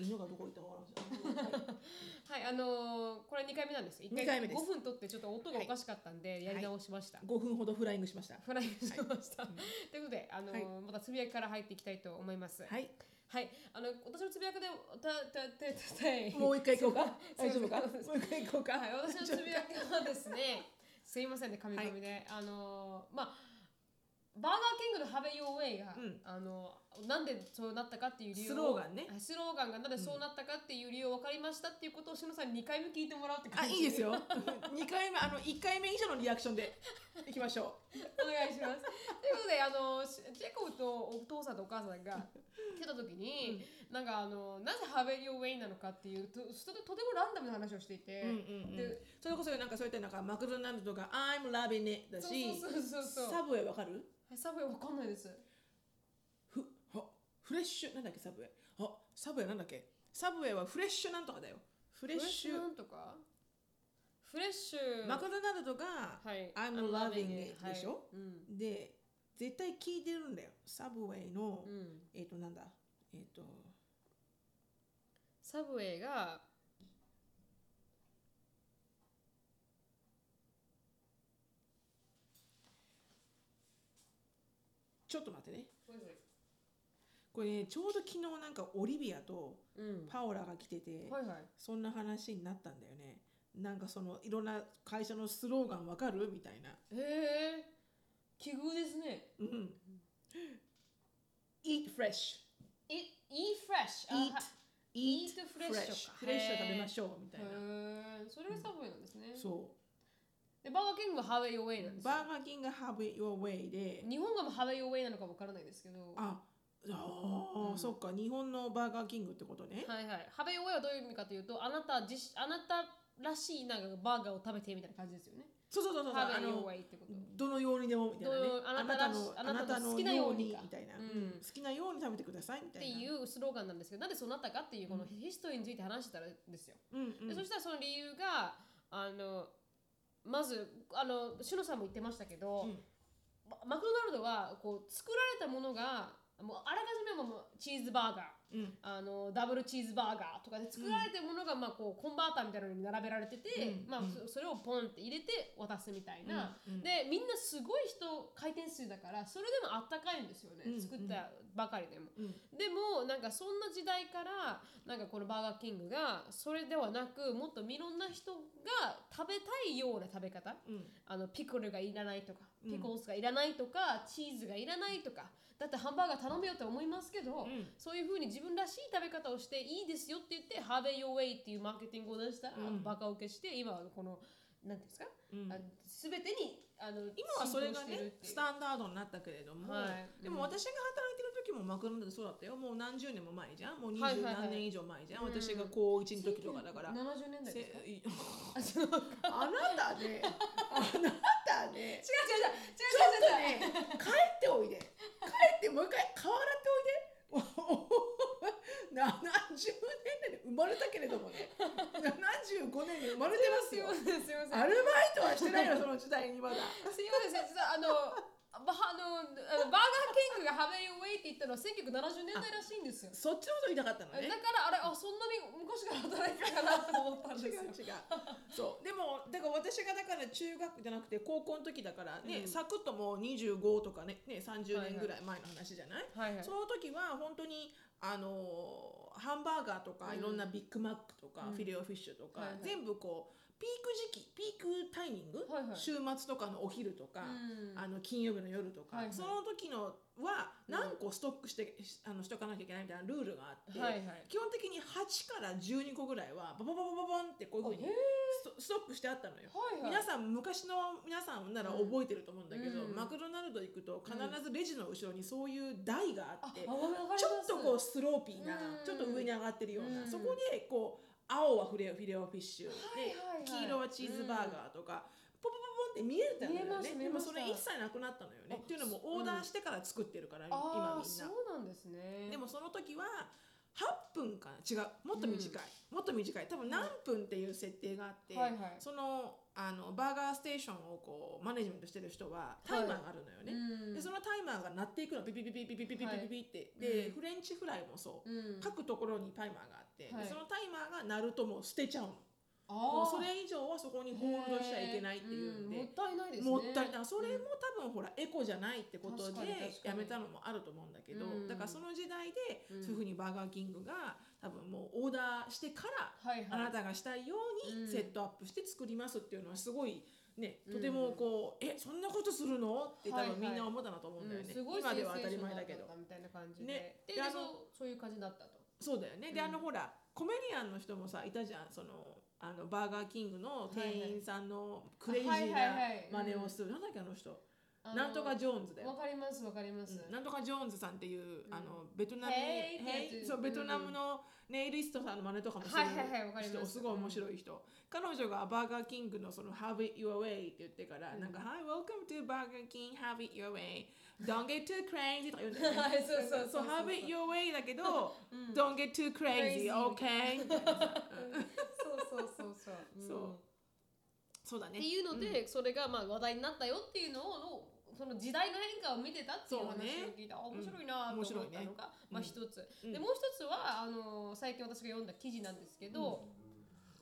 犬がどこ行ったか分からんし。はい、あのーこれ2回目なんです。1二回目です5分取ってちょっと音がおかしかったんで、やり直しました。 5分ほどフライングしました。フライングしました。ということで、あのーまたつぶやきから入っていきたいと思います。はい。はい。あの、私のつぶやきで、た、た、た、た、たい。もう一回行こうか。そう 大そ丈う夫か。もう一回行こうか。はい、私のつぶやきはですね、すいませんね、神々で、あのーまあ。バーガーキングのハベヨーウェイが、うんあのーなんでそうなったかっていう理由をスローガンねはいスローガンがなんでそうなったかっていう理由を分かりましたっていうことをしのさんに2回目聞いてもらうってあ、感じいいですよ。2回目、あの、1回目以上のリアクションでいきましょお願いします。ということで、あの、しジェコブとお父さんとお母さんが来た時に、なんかあの、なぜハーベリーウェイなのかっていうと、ととてもランダムな話をしていて、う。うんうんうんで、それこそ、なんかそういったなんか、マクドナルドが、I'm loving it だそうし、そうそうそうそうサブウェイわかるはいサブウェイわかんないです。ふあフレッシュ、なんだっけ、サブウェイ。あ、サブウェイなんだっけ。サブウェイはフレッシュなんとかだよ。フフレッシュ。なんとかフレッシュ。マクドナルドが、はい I'm loving it でしょ、はいうん。で、絶対聞いてるんだよ。サブウェイの、うん。えっ、と、なんだ。えっ、と、サブウェイが、ちょっと待ってね。これね、ちょうど昨日なんかオリビアとうん。パオラが来てて、はいはい。そんな話になったんだよね。なんかそのいろんな会社のスローガンわかるみたいな。へえ。奇遇ですね。うん。Eat fresh. Eat, eat fresh. あ Eat. は Eat Eat fresh と fresh. かフレッシュへをー食べましょうみたいな。へえ。それがサブウェイなんですね。そでバーガーキングがハーウェイ・ウェイなんでう。すよバーガーキング Have it your way で。日本がハーウェイ・ウェイなのかわからないですけどあ、あー、そっか。日本のバーガーキングってことね。はいはいハーウェイ・ウェイはどういう意味かというとあなた自身あなたらしいなんかバーガーを食べてみたいな感じですよねそうそうそうそう。ハーウあェイ・ウのェイってことどのようにでもみたいなねどうああななたらたしあなたののあなたの好きなようにみたいうな、んうん好きなように食べてくださいみたっいなていうスローガンなんですけどなんでそうなったかっていうこのヒストリーについて話してたらですよ、うんうんでそしたらその理由があのまずあのしのさんも言ってましたけど、うんママクドナルドはこう作られたものがもうあらかじめももうチーズバーガー、うんあのダブルチーズバーガーとかで作られてるものが、まあ、こうコンバーターみたいなのに並べられてて、うんまあ、そそれをポンって入れて渡すみたいな、うんうんでみんなすごい人回転数だからそれでもあったかいんですよね、うん作ったばかりでも。うんでもなんかそんな時代からなんかこのバーガーキングがそれではなくもっといろんな人が食べたいような食べ方、うんあのピクルがいらないとかうんピコースがいらないとか、チーズがいらないとかだってハンバーガー頼めようと思いますけど、うんそういうふうに自分らしい食べ方をしていいですよって言ってハーベイ・ヨーウェイっていうマーケティングを出したら、うんバカ受けして今はこのなんていうんですか、うんあの全てにあの今はそれが浸透してるっねていうスタンダードになったけれども、はいでも私が働いてる時もマクドナルドそうだったよもう何十年も前じゃんもう二はい十はいはい何年以上前じゃん、私が高1の時とかだから、 70年代ですかせい あなたねあなたね違う違う違う違う違う違うちょっとね、帰っておいで。帰って、もう一回、顔洗っておいで。70年代に生まれたけれどもね、75年に生まれてますよ。すいませんすいませんアルバイトはしてないよ、その時代にまだ。すいません実はあのばあのあのバーガーキングがハーベイ・ウェイって言ったのは1970年代らしいんですよそっちのこと言いたかっただのからあれね。あそんなに昔から働いてたかなと思ったん違でうすよ違うそうでもだから私がだから中学じゃなくて高校の時だからうんね、サクッともう25とかねね30年ぐらい前の話じゃない、はいはいその時は本当にあのーハンバーガーとかいろんなビッグマックとか、フィレオフィッシュとか、はいはい全部こうピーク時期ピークタイミング、はいはい週末とかのお昼とか、うんあの金曜日の夜とか、はいはいその時のは何個ストックして、しあのしとかなきゃいけないみたいなルールがあって、はいはい基本的に8から12個ぐらいはババババババンってこういうふうにあへーストストックしてあったのよ、はいはい皆さん昔の皆さんなら覚えてると思うんだけど、うんマクドナルド行くと必ずレジの後ろにそういう台があって、あわかりますちょっとこうスローピーな、うんちょっと上に上がってるよううんな、そこでこう青はフレオフィレオフィッはシュ、いはいはいで黄色はチーズバーガーとか、ポポポポンって見えてたんだ見えよましねた見えでまもしそたれ一切なくなったのよねあっていうのもオーダーしてから作ってるから、あー今みんなそうなんですねでもその時は8分かな違うもっと短い、もっと短い多分何分っていう設定があって、はいはいそのあのバーガーステーションをこうマネジメントしてる人はタイマーがあるのよね、うんでそのタイマーが鳴っていくのピピピピピピピピピピピって、はいで、うんフレンチフライもそう、うん各ところにタイマーがあって、ではいそのタイマーが鳴るともう捨てちゃうのあもーうそれ以上はそこにホールドしちゃいけないっていうんへーんもで、ったいないですねもったいないそれうんも多分ほらエコじゃないってこと確かでに確かにやめたのもあると思うんだけどうんだからその時代でうんそういうふうにバーガーキングが多分もうオーダーしてかはらいはいあなたがしたいよううんにセットアップして作りますっていうのはすごいねうんとてもこうえそんなことするのって多はいはい分みんな思ったなと思うんうだよんねすごい今では当たり前だけどセンセーショナルだったみたいな感じで、ねでであのそうそういう感じだったとそうだよねでうんあのほらコメディアンの人もさいたじゃんそのあのバーガーキングの店員さんのクレイジはいーはいなはいはい真似をするなんだっけあの人あのなんとかジョーンズだよわかりますわかります、なんとかジョーンズさんっていう、うんあのベトナムへいってやつそうベトナムのネイリストさんの真似とかもするはいはいはいわかります人すごい面白い人、彼女がバーガーキングのその Have it your way って言ってから、うんなんか Hi welcome to Burger King Have it your way Don't get too crazy とか言うんだよねはい そうそうそうそう Have it your way だけど、うん Don't get too crazy Crazy OK みたいなさ そうそうそうそう、うんそうそうだねっていうので、それがまあ話題になったよっていうのをその時代の変化を見てたっていうそう話ねを聞いた、あ面白いなと思ったのが、うんまあ一つ、うんでもう一つはあの最近私が読んだ記事なんですけど、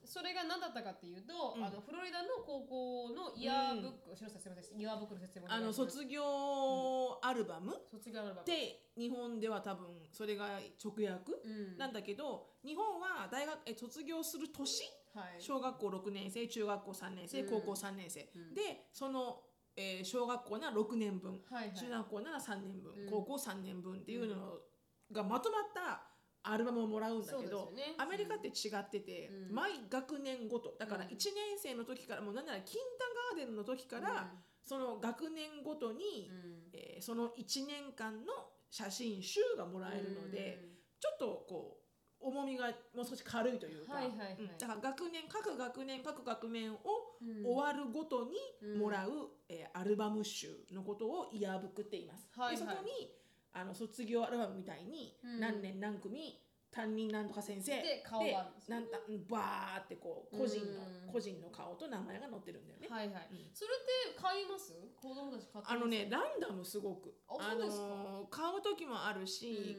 それが何だったかっていうと、うんあのフロリダの高校のイヤーブック、篠田さんすみませんイヤーブックの説明をおあ願いのします卒業アルバム卒業アルバムで日本では多分それが直訳、うんなんだけど日本は大学え卒業する年はい、小学校6年生中学校3年生うん高校3年生、うんでその、えー小学校なら6年分、はいはい中学校なら3年分、うん高校3年分っていうのがまとまったアルバムをもらうんだけそど、うですよねアメリカって違ってて、うん毎学年ごとだからう1ん年生の時からもうなんならキンタガーデンの時から、その学年ごとに、うんうんえーその1年間の写真集がもらえるので。ちょっとこう重みがもう少し軽いというか、はいはいはいうんだから学年各学年各学年をうん、うん終わるごとうにんもらう、えーアルバム集のことをイヤーブックって言います。はいはいでそこにあの卒業アルバムみたいに、うん何年何組担任なんとか先生で顔があるんですよなんたうんバーってこう個人の、うん個人の顔と名前が載ってるんだよね。はいはい、うんそれって買います子供たち買ってますあのねランダムすごくああそうですかのー買う時もあるし、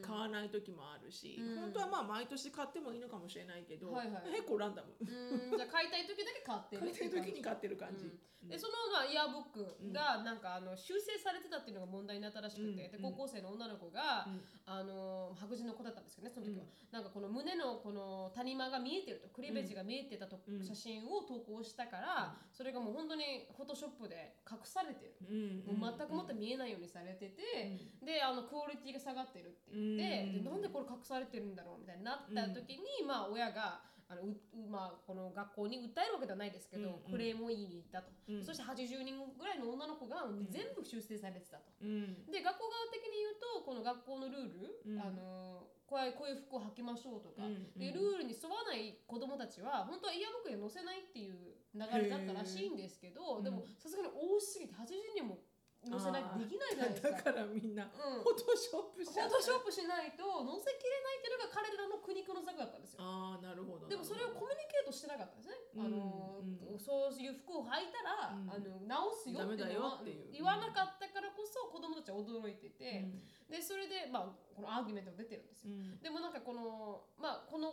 うん買わない時もあるし、うん本当はまあ毎年買ってもいいのかもしれないけど、はいはい結構ランダムうんじゃあ買いたい時だけ買って買いたい時に買ってる感感じじ、うんでそのまあイヤーブックがなんかあの修正されてたっていうのが問題になったらしくて、うんで高校生の女の子が、うんあの白人の子だったんですけどねその時は、うんなんかこの胸のこの谷間が見えてるとクリベージが見えてたと、うん写真を投稿したから、それがもう本当にフォトショップで隠されてる、うんもう全くもって見えないようにされてて、であのクオリティが下がってるって言って、うんでなんでこれ隠されてるんだろうみたいになった時に、まあ親があのううまあ、この学校に訴えるわけではないですけど、うんうんクレームを言いに行ったと、うんそして80人ぐらいの女の子が全部修正されてたと。うんで学校側的に言うとこの学校のルール、うんあのこういうこういう服を履きましょうとか、うんでルールに沿わない子供たちは本当はイヤーブックには載せないっていう流れだったらしいんですけどへーでもさすがに多すぎて80人も載せないとできないじゃないですかだ。からみんうなんフォトショップフしちォゃトうショップしないと載せきれないっていうのが彼らの苦肉の策だったんですよああなるほどでもそれをコミュニケートしてなかったんですね、あうんのうんそういう服を履いたら、うんあの直すよっていうのはダメだよって言いうわなかったからこそ子供たちは驚いてうて、んでそれで、まあ、このアーギュメントが出てるんですよ、うんでもなんかこのまあこの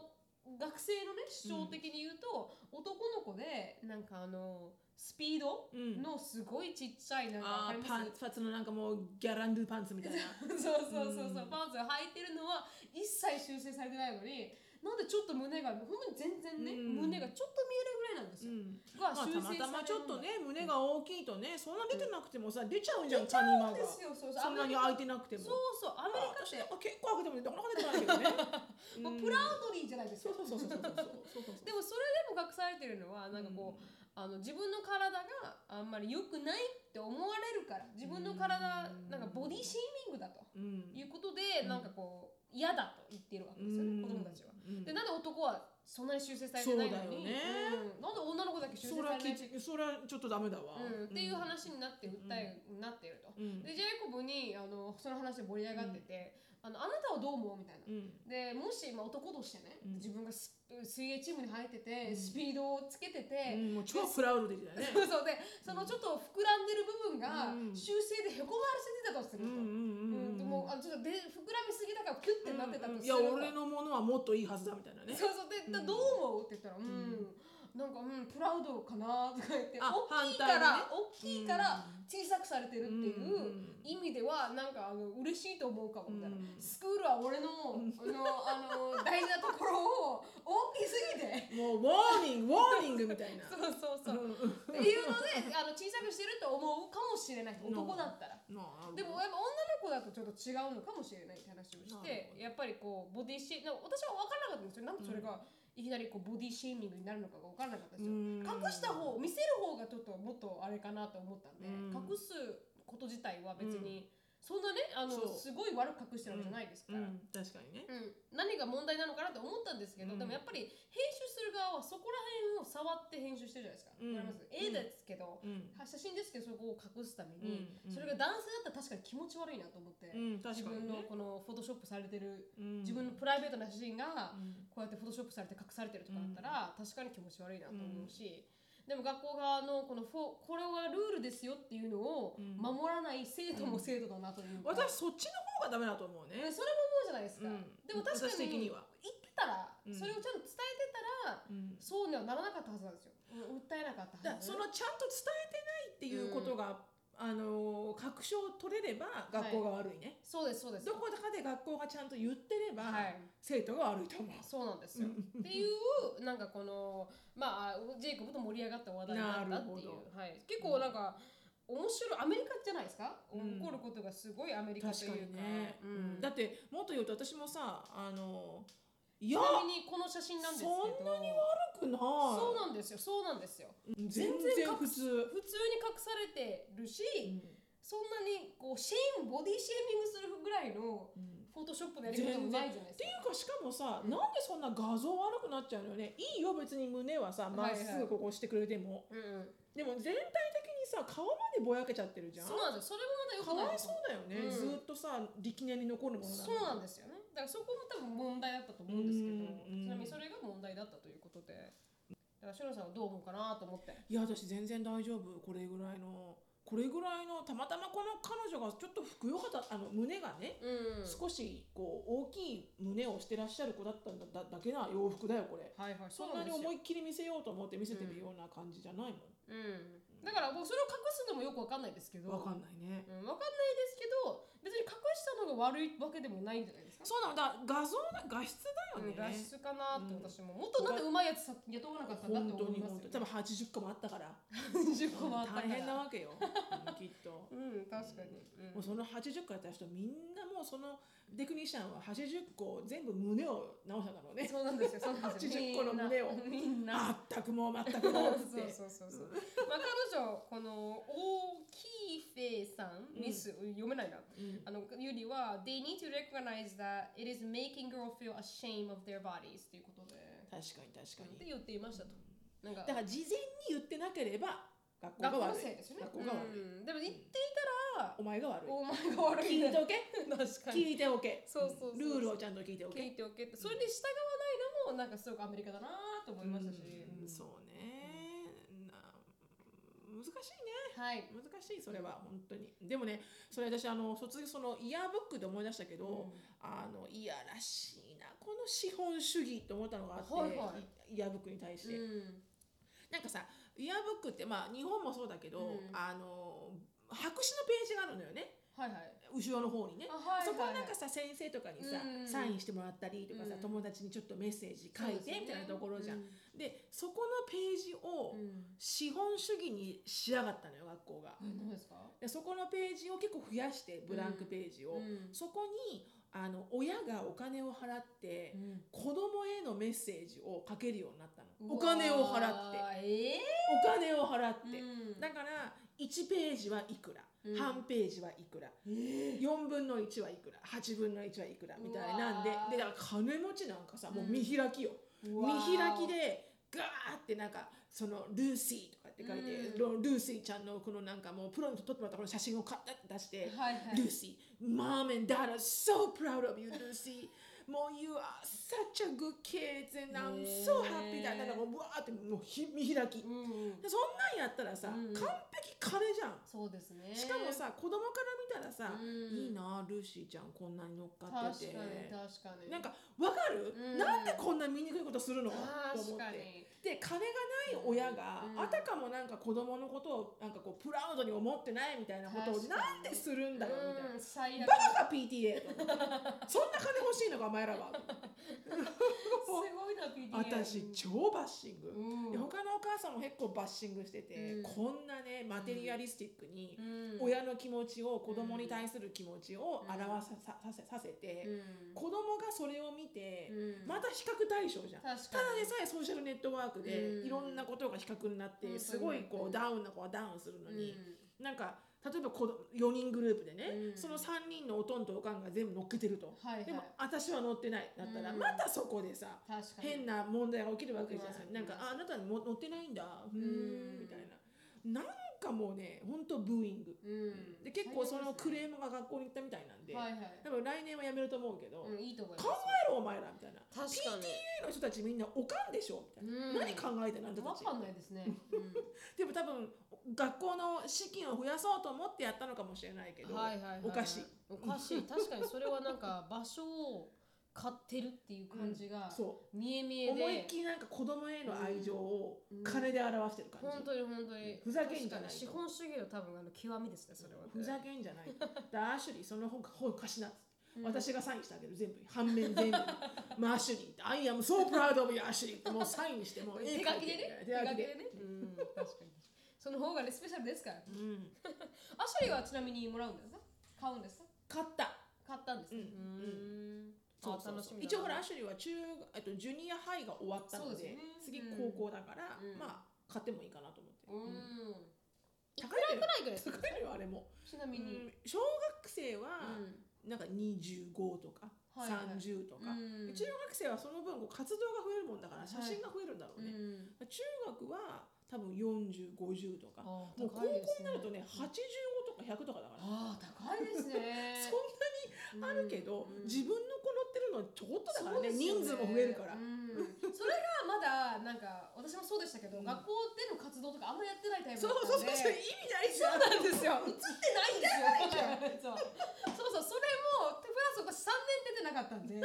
学生のね主張的に言うと、男の子でなんかあのスピードうんのすごいちっちゃいなんかわあかりーますパンツパンツのなんかもうギャランドゥパンツみたい なそうそうそうそう、うんパンツを履いてるのは一切修正されてないのになんでちょっと胸が本当に全然ね、うん胸がちょっと見えるぐらいなんですうよ、んがまあ、たまたまちょっとね胸が大きいとねそんな出てなくてもさ出ちゃうじゃん出ちゃカニマうんがですよそうそうそんなにアメ開いてなくてリカもそうそうアメリカっ私て、なんか結構開けてもなかなか出てこないけ どねもうプラウドリーじゃないですそか、うそうそうそうそうそうそうそう でもそれでも隠されてるのはなんかこう、あの自分の体があんまり良くないって思われるから自分の体うんなんかボディシーミングだとうん、うんいうことで、うんなんかこう嫌だと言ってるわけですよね、子供たちは。うんでなんで男はそんなに修正されてないのにそうだよねうんなんで女の子だけ修正そされならいきそらちょっとダメだわ、うん、っていう話になって訴えになってると。うんでジェイコブにあのその話で盛り上がってて、あの「あなたはどう思う?」みたいな。うんでもし、まあ、男としてね、うん自分がス水泳チームに入ってて、うんスピードをつけてうて、ん、もう超プラウドでだよねそうそうでそのちょっと膨らんでる部分がうん修正でへこまらせてたとすうるんうと。うんんうんでもあちょっとで膨らみすぎだからキュッてなってたうんうとんすいると、や俺のものはもっといいはずだみたいなねそうそうで、だうんどう思うって言ったら「うん、なんかうんプラウドかな」とか言ってあ大きいか反対にねら、大きいからうん小さくされてるっていんう意味ではなんかあの嬉しいと思うかもみたいな、うんスクールは俺のあのあの大事なところを大きすぎてもうウォーニングウォーニングみたいなそうそうそう、うんっていうのであの小さくしてると思うかもしれない男だったら。うんなるでもほどやっぱ女の子だとちょっと違うのかもしれないって話をしなるてほどやっぱりこうボディシェイなんか私は分からなかったんですよなんでそれがいきなりこうボディシェーミングになるのかが分からなかったんですようん隠した方見せる方がちょっともっとあれかなと思ったんでうん隠すこと自体は別にそんなねあのそうすごい悪く隠してるわけじゃないですうから。うんん確かにね何が問題なのかなと思ったんですけど、うんでもやっぱり編集する側はそこら辺を触って編集してるじゃないですか、うんわかります絵ですけど、うん写真ですけどそこを隠すために、うんそれが男性だったら確かに気持ち悪いなと思って、うん確自か分にのねこのフォトショップされてる、うん自分のプライベートな写真がうんこうやってフォトショップされて隠されてるとかだったら、確かに気持ち悪いなと思うし、でも学校側のこのフォこれはルールですよっていうのをうん守らない生徒も生徒だなというか、私そっちの方がダメだと思うえねそれも思うじゃないですか、うんでも確か私に的には言ってたら、うんそれをちゃんと伝えてたらうんそうにはならなかったはずなんですよ訴えなかったはだからずそのちゃんと伝えてないっていうことが、あのー確証取れれば学校が悪いね、そうですそうですどこかで学校がちゃんと言ってれば、はい生徒が悪いと思う。そうなんですよ。っていうなんかこのまあジェイコブと盛り上がった話題だったっていなるほう、はい、結構なんか、面白いアメリカじゃないですか、うん起こることがすごいアメリカという確かかにね、ううんん、だってもっと言うと私もさあのーいちやなみにこの写真なんですけどそんなに悪くないそうなんですよそうなんですよ全然普通、普通に隠されてるし、そんなにこうシェームボディシェーミングするぐらいのうんフォトショップのやり方もないじゃないっですてかいうかしかもさ、うんなんでそんな画像悪くなっちゃうのよねいいよ別に胸はさまっすぐここ押してくれても、うんうん、でも全体的にさ顔までぼやけちゃってるじゃんそうなんですよそれもまたよくなかいでわいすそようんうだよね、ずーっとさ力年に残るものだそうなんですよねだからそこも多分問題だったと思うんですけどうんちなみにそれが問題だったということでだからシロさんはどう思うかなと思っていや私全然大丈夫これぐらいのこれぐらいのたまたまこの彼女がちょっとふくよかたあの胸がね、うん少しこう大きい胸をしてらっしゃる子だったんだだだけな洋服だよこれはいはいそんなにですよ思いっきり見せようと思って見せてるような感じじゃないもん、うんだからもうそれを隠すのもよくわかんないですけどわかんい、ないねうん、わかんないですけど別に隠したのが悪いわけでもないんじゃないですかそうなんだ画像な画質だようんね、画質かなと私も、もっとなんでうまいやつさ雇わなかったんだって本当思いにます本よ、ね当に、多分80個もあったから30個もあったから大変なわけよ、うんきっとうん確かに、うんもうその80個やった人みんなもうそのテクニシャンは80個全部胸を直したんだろうねそうなんですよそうなん ですよ80個の胸をみんなあったくもう全くもうっつっそうてそうそうそう。まあ彼女この大きいフェイさんミス、読めないな。うんあのよりは They need to recognize that it is making girl feel ashamed of their bodies ということで。確かに確かでに言っていましたと。なんかだから事前に言ってなければ学校学が校悪い生ですよね。学校が悪い、うん、でも言っていたら、お前が悪いお前が悪い聞ねいて おけ確かに。聞いておけそうそうそうルールをちゃんと聞いてお聞けいておけって。それで従わないのもなんかすごくアメリカだなと思いましたし。うんそうね、な難しいねはい。難しいそれは本当にでもねそれ私あの卒業そのイヤーブックで思い出したけど、うんあのいやらしいなこの資本主義と思ったのがあって、はいはいイヤーブックに対して、うん。なんかさイヤーブックってまあ日本もそうだけど、うんあの白紙のページがあるのよねはいはい。後ろの方にねあはいはいはいそこはなんかさ先生とかにさ、うんサインしてもらったりとかさ、うん友達にちょっとメッセージ書いてみたいなところじゃん。うで,、んそこのページをうん資本主義にしやがったのよ学校が。何ですかでそこのページを結構増やしてブランクページを、うんそこにあの親がお金を払って、うん子供へのメッセージをかけるようになったのうわーお金を払ってえお金を払って、うんだから1ページはいくら、うん半ページはいくら、4分の1はいくら8分の1はいくらみたいなんでうわーでだから金持ちなんかさもう見開きよ、え見開きでガーってなんかそのルーシーとかって書いて、うんロルーシーちゃんのこのなんかもうプロに撮ってもらったこの写真をカッて出して、はいはいルーシー Mom and Dad are so proud of you ルーシーもう You are such a good kid and I'm so happy だねえなんかもうわーってもうひ見開き、うんうんでそんなんやったらさ、うん完璧金じゃんそうですねしかもさ子供から見たらさ、うんいいなルーシーちゃんこんなに乗っか確かってにて確かになんかわかる、うんなんでこんな醜いことするのと思確っかてにで金がない親が、うんあたかもなんか子供のことをなんかこうプラウドに思ってないみたいなことを確かになんでするんだよみたいなう。ん最悪バカか PTA とそんな金欲しいのかお前らはすごいな PDA 私超バッシング、うんで他のお母さんも結構バッシングしてて、うんこんなねマテリアリスティックにうん親の気持ちを子供に対する気持ちを表さささせさせうて、ん子供がそれを見て、うんまた比較対象じゃん。確たかにだでさえソーシャルネットワークでうんいろんなことが比較になって、うんすごいこうんうダウンな子はダウンするのに、うんなんか例えば子供4人グループでね、うんその3人のおとんとおかんが全部乗っけてると、はいはいでも私は乗ってないだったら、うんまたそこでさ確かに変な問題が起きるわけじゃうんん、なんかああなたも乗ってないんだうーうんんみたいななんかもうねほんとブーイング、うんで結構そのクーレームが学校に行ったみたいなんで、はいはい多分来年はやめると思うけど、うんいいと思います考えろお前らみたいな確かに PTA の人たちみんなおかんでしょみたいうな、ん何考えてるのあんたわたちかんないですねうでも多分学校の資金を増やそうと思ってやったのかもしれないけど、んはいはいはいおかしいおかしい確かにそれはなんか場所を買ってるっていう感じがそ見え見うえで思いっきりなんか子供への愛情をうん金で表してる感本じ、当に本当にふざけんじゃない確かとに資本主義の多分あの極みですねそれはねふざけんじゃないだからアシュリーその本本貸しうんな、私がサインしてあげる全部に反面 全部にまあアシュリー I am so proud of you アシュリーってもうサインしてもう手書きでね手手書書ききででねうん 確かにその方がねスペシャルですからうんアシュリーはちなみにもらうんですか買うんですか買った買ったんですねうんうんそうあそう楽そしうみだな一応ほらアシュリーは中えっとジュニアハイが終わったのそうでですね次うん高校だから、うんまあ買ってもいいかなと思って、うんうんいくらくらい高いのよぐらいです高かいのよあれも、ちなみうにん小学生はうんなんか25とはか、いはい30とか、うん中学生はその分こう活動が増えるもんだから写真が増えるんだろうね、うん中学は多分4050とかもあう高高いです校になるとね85とか100とかだから、ああ高いですね そんなにあるけど、うん自分の子乗ってるのはちょこっとだそうからねですよ人数も増えるから、うんそれがまだなんか私もそうでしたけど、うん学校での活動とかあんまやってないタイプそだうっそたんうそうでそう意味ないじゃんそうなんですよ映ってないんですよ そうそうそうそれもプラス私3年出てなかった んで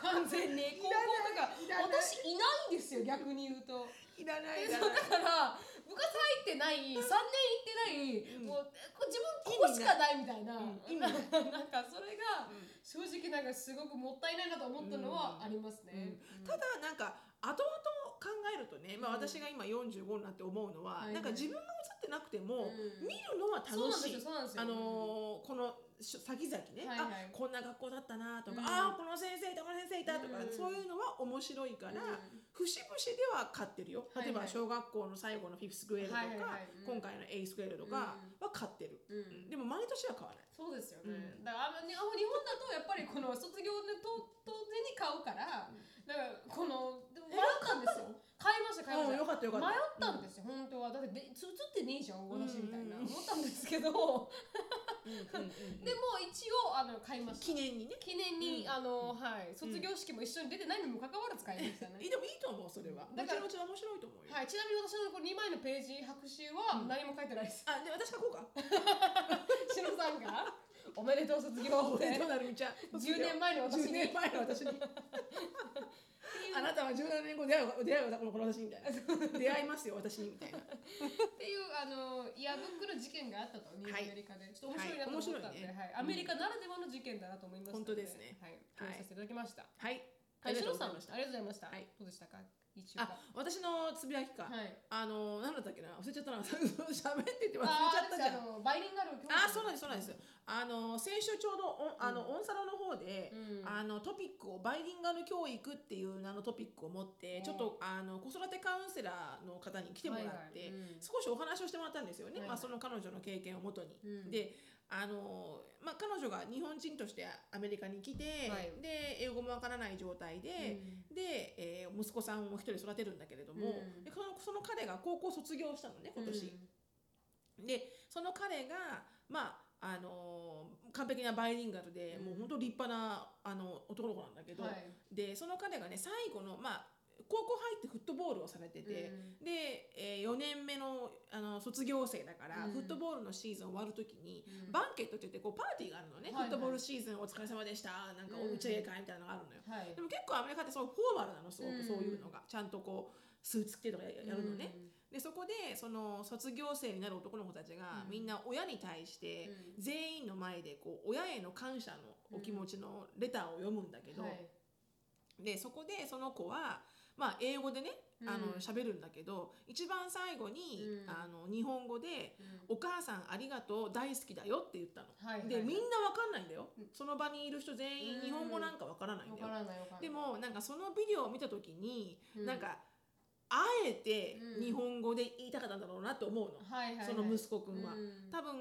完全に高校とかいらない私いないんですよ逆に言うといらないいそらうないだから部活入ってない3年行ってない、うんもうこう自分ここしかないみたいな、意 味ななんいかそれがうん正直なんかすごくもったいないなと思ったのはありますね、ただなんか後々考えるとね、まあ、うん私が今45になって思うのは、はいはいなんか自分が映ってなくても、うん見るのはそうなん楽でしすいよ。そうなんですよあのーこのし先々ね、はいはいあこんな学校だったなとか、うんああこの先生いたこの先生いたとか、うんそういうのは面白いから、うん節々では買ってるよはいは例いえば小学校の最後のフィフスグレードとか、はいはいはいうん今回のエイスグレードとかは買ってる、うんうんでも毎年は買わないそうですよね、うだからあのねあの日本だとやっぱりこの卒業でと当然に買うから、うんだからこのでも迷えったんですよ買っ買いました買いまうんしたよかったよかっ迷たったんですよ、本当はだってでつ映ってねえじゃん私みたいな、うんうんうん思ったんですけどうんうんうんう んでも一応あの買いました記念にね記念に、うんあのはい卒業式も一緒に出てないのにもかかわらず買いましたねえでもいいと思うそれはだ後から々面白いと思うよ、はい、ちなみに私のこの2枚のページ白紙はうん何も書いてないです、 あで私書こうかしのさんが 「おめでとう卒業」っ俺てとなるみちゃん10年前の私に10年前の私に あなたは17年後出会う出会うこの私にみたいな出会いますよ私にみたいなっていうあのイヤーブックの事件があったとニューアメリカで、ちょっと面白いなと思ったんで、はい面白いねはいアメリカならではの事件だなと思いましたの本当ですねはい共は有いさせていただきましたはいはいしのさんあありがとうございましたりがとうございました、はいどうでしたか一週間あ私のつぶやきはか、いあの何だったっけな忘れちゃったな 喋ってて忘れちゃあったーじゃんあのバイリンガル教育あそうなんですそうなんですあの先週ちょうどおあの、うオンサロの方で、うんあのトピックをバイリンガル教育っていう名のトピックを持って、うんちょっとあの子育てカウンセラーの方に来てもらって、はいはいうん少しお話をしてもらったんですよね、はいはいまあ、その彼女の経験をもとに。うんであのまあ、彼女が日本人としてアメリカに来て、はいで英語もわからない状態で、で、えー息子さんを一人育てるんだけれども、うんでそのその彼が高校卒業したのね今年、でその彼がまああのー完璧なバイリンガルで、うんもう本当立派なあの男の子なんだけけど、でその彼がね最後の、まあ、高校入ってフットボールをされてて、で、え4年目のあの卒業生だから、うんフットボールのシーズン終わる時に、バンケットって言ってこうパーティーがあるのね、はいはいフットボールシーズンお疲れ様でしたなんかうんお打ち上げ会みたいなのがあるのよ、はいでも結構アメリカってそうフォーマルなのすごく、うんそういうのがちゃんとこうスーツ着てとかややるのね、でそこでその卒業生になる男の子たちが、うんみんな親に対して、全員の前でこう親への感謝のお気持ちのレターを読むんだけど、でそこでその子は、まあ、英語でねあの喋るんだけど、一番最後に、うんあの日本語で「お母さんありがとう大好きだよ」って言ったの。でみんなわかんないんだようん。その場にいる人全員日本語なんかわからないんだよ。でで、もなんかそのビデオを見た時に、うんなんかあえてうん日本語で言いたかったんだろうなと思うの、はいはいその息子くんは。うん多分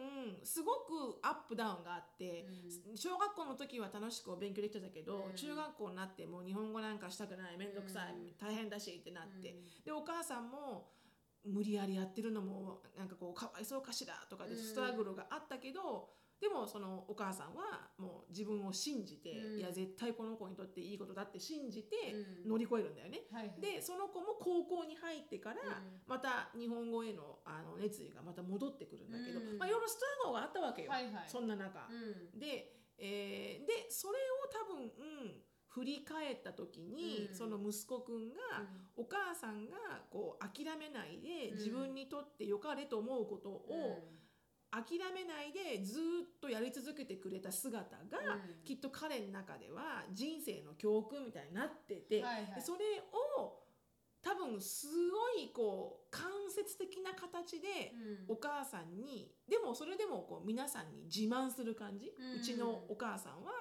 すごくアップダウンがあって、小学校の時は楽しくお勉強できてたけど、うん中学校になってもう日本語なんかしたくない面倒くさい、うん大変だしってなって、うんでお母さんも無理やりやってるのもなんかこうかわいそうかしらとかでうんストラグルがあったけど、でもそのお母さんはもう自分を信じて、うんいや絶対この子にとっていいことだって信じてうん乗り越えるんだよね。はいはいでその子も高校に入ってから、うんまた日本語へのあの熱意がまた戻ってくるんだけど、うんまあ、いろいろストラゴがあったわけよ、はいはいそんな中。うんで,、えーでそれを多分、うん振り返った時に、うんその息子くんが、うんお母さんがこう諦めないで、うん自分にとって良かれと思うことを諦めないでずーっとやり続けてくれた姿が、うんきっと彼の中では人生の教訓みたいになってて、はいはいでそれを多分すごいこう間接的な形でうんお母さんにでもそれでもこう皆さんに自慢する感じ、ううんちのお母さんは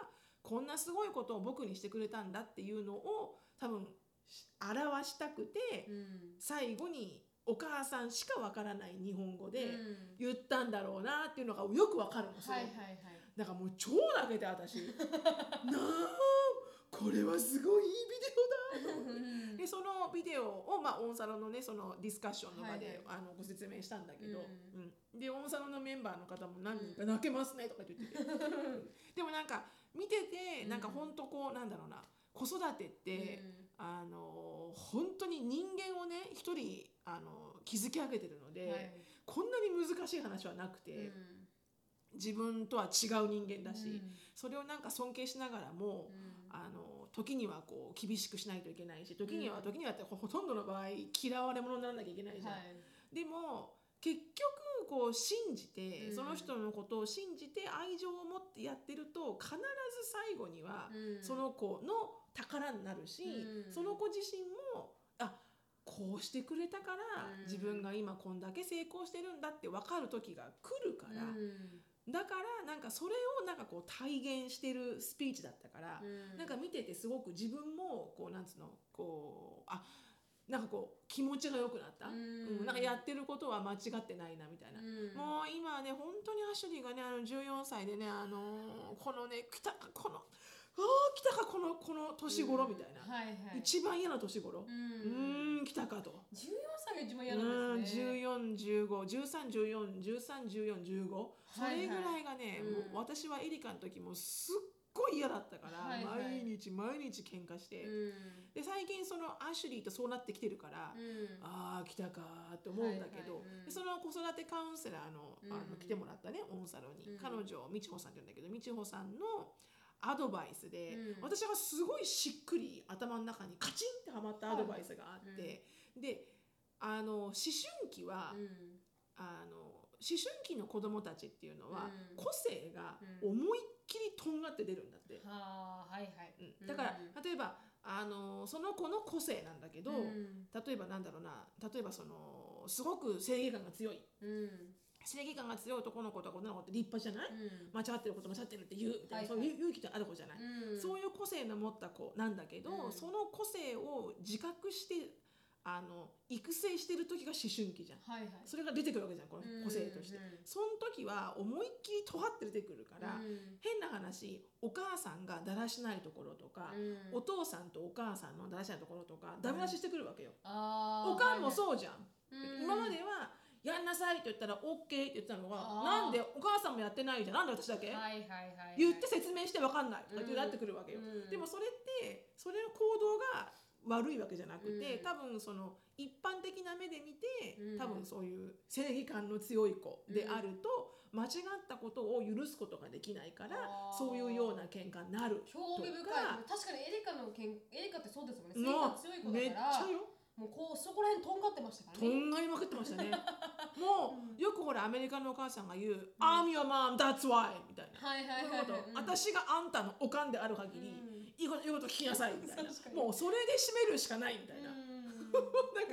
こんなすごいことを僕にしてくれたんだっていうのを多分し表したくて、うん最後にお母さんしかわからない日本語でうん言ったんだろうなっていうのがよくわかるんですよ。はいはいはいだからもう超泣け て私なあこれはすごいいいビデオだと思ってうんでそのビデオを、まあ、オンサロンのねそのディスカッションの場で、はいあのご説明したんだけど、ううんでオンサロンのメンバーの方も何人か泣けますねとか言ってて でもなんか見ててなんかうんほんとこうなんだろうな子育てって、あの本当に人間をね一人あの築き上げてるのうで、んはいこんなに難しい話はなくて、うん自分とは違う人間だし、うんそれをなんか尊敬しながらも、うんあの時にはこう厳しくしないといけないし時には、うん時にはってほほとんどの場合嫌われ者にならなきゃいけないじゃん、はいでも結局こう信じて、うんその人のことを信じて愛情を持ってやってると必ず最後には、うんその子の宝になるし、うんその子自身もあこうしてくれたから、うん自分が今こんだけ成功してるんだって分かる時が来るから、うんだからなんかそれをなんかこう体現してるスピーチだったから、うんなんか見ててすごく自分もこうなんつうのこうあなんかこう気持ちが良くなった、うんうんなんかやってることは間違ってないなみたいな。うんもう今ね本当にアシュリーがねあの14歳でねあのーこのね来たかこのあー来たかこのこの年頃みたいな、はいはい一番嫌な年頃ううんんーん来たかと14歳が一番嫌なうんんですね1415131415そはいはいれぐらいがね、うんもう私はエリカの時もすっごい嫌だったから、はいはい毎日毎日喧嘩して、うんで最近そのアシュリーとそうなってきてるから、うんああ来たかーって思うんだけど、はいはいうんでその子育てカウンセラーの,、あうんの来てもらったねオンサロンに、うん彼女みちほさんって言うんだけどみちほさんのアドバイスで、うん私がすごいしっくり頭の中にカチンってはまったアドバイスがあって、はいであの思春期は、うんあの思春期の子供たちっていうのは、うん個性がうん思いっきりとんがって出るんだって、はあはいはいうんだから、うん例えばあのその子の個性なんだけど、うん例えばなんだろうな例えばそのすごく正義感が強いうん正義感が強い男の子とか女の子って立派じゃない、うん間違ってること間違ってるって言うみたいな、はいはいそういう勇気のある子じゃない、うんそういう個性の持った子なんだけど、うんその個性を自覚してあの育成してる時が思春期じゃんはいはいそれが出てくるわけじゃんこの個性としうてんうんうんその時は思いっきり尖って出てくるかうら、ん変な話お母さんがだらしないところとか、うんお父さんとお母さんのだらしないところとかダメ出ししてくるわけよ、あーおかんもはそうじゃん、いはいうん今まではやんなさいと言ったら OK って言ってたのがあーなんでお母さんもやってないじゃんなんで私だけ、はいはいはいはい言って説明して分かんないとかってなってくるわけよ、うんでもそれってそれの行動が悪いわけじゃなくうんて、多分その一般的な目で見て、うん多分そういう正義感の強い子であると、間違ったことを許すことができないからあーそういうような喧嘩になる興味深いとか確かにエリカのけんエリカってそうですもんね性の格強い子めっちだからゃよもうこうそこら辺とんがってましたからとねんがりまくってま したねもう、よくほらアメリカのお母さんが言う「I'm your mom that's why」みたいな。はいはいはいそういうはこいと、うん私があんたのおかんである限り、うんいいこと言うこと聞きなさいみたいな確かにもうそれで締めるしかないみたいな、うんなんか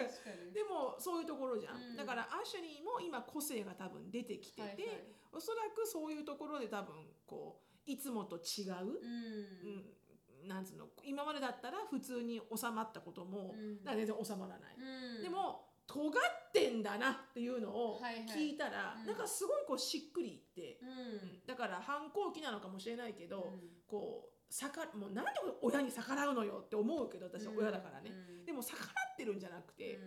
確かにでもそういうところじゃん、うんだからアシュリーも今個性が多分出てきてて、はいはいおそらくそういうところで多分こういつもと違う、ううんんなんつうの今までだったら普通に収まったことも、うんだから全然収まらない、うんでも尖ってんだなっていうのをはいはい聞いたら、うんなんかすごいこうしっくりいってう、うんんだから反抗期なのかもしれないけど、うんこう逆らもうなんで親に逆らうのよって思うけど私は親だからね、うんでも逆らってるんじゃなくて、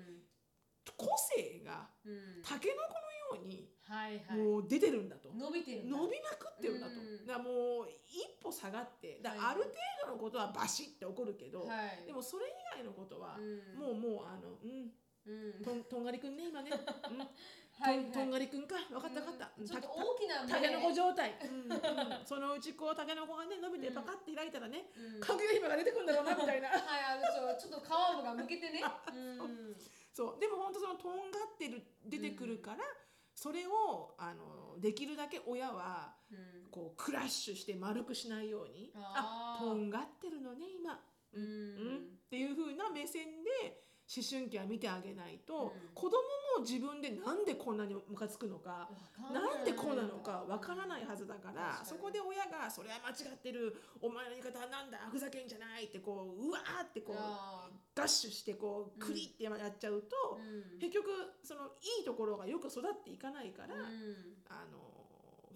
個性がうんうんタケノコのようにはいはいもう出てるんだと、伸びてるんだ伸びまくってるんだと、うんだからもう一歩下がってだからあはいる程度のことはバシッて起こるけど、はいでもそれ以外のことは、うんもうもうあのうんうん とんとんがりくんね今ね、うんはいはいとんとんがりくんか分かった分かった、うんうんちょたっと大きなタケノコじ 状態、うんうんそのうちこうタケノコがね伸びてパカって開いたらね、はかぐや姫が出てくるんだろうなみたいないあのちょちょっと皮が向けてねうん そうでも本当そのとんがってる出てくるから、それをあのできるだけ親はうんこうクラッシュして丸くしないようにあーとんがってるのね今、ううん、っんていう風な目線で思春期は見てあげないと、うん子供も自分でなんでこんなにムカつくのか。なんでこうなのかわからないはずだから確かにそこで親が「それは間違ってるお前の言い方はなんだふざけんじゃない」ってこううわーってこうあーダッシュしてこううんクリってやっちゃうと、うん結局そのいいところがよく育っていかないから、うんあの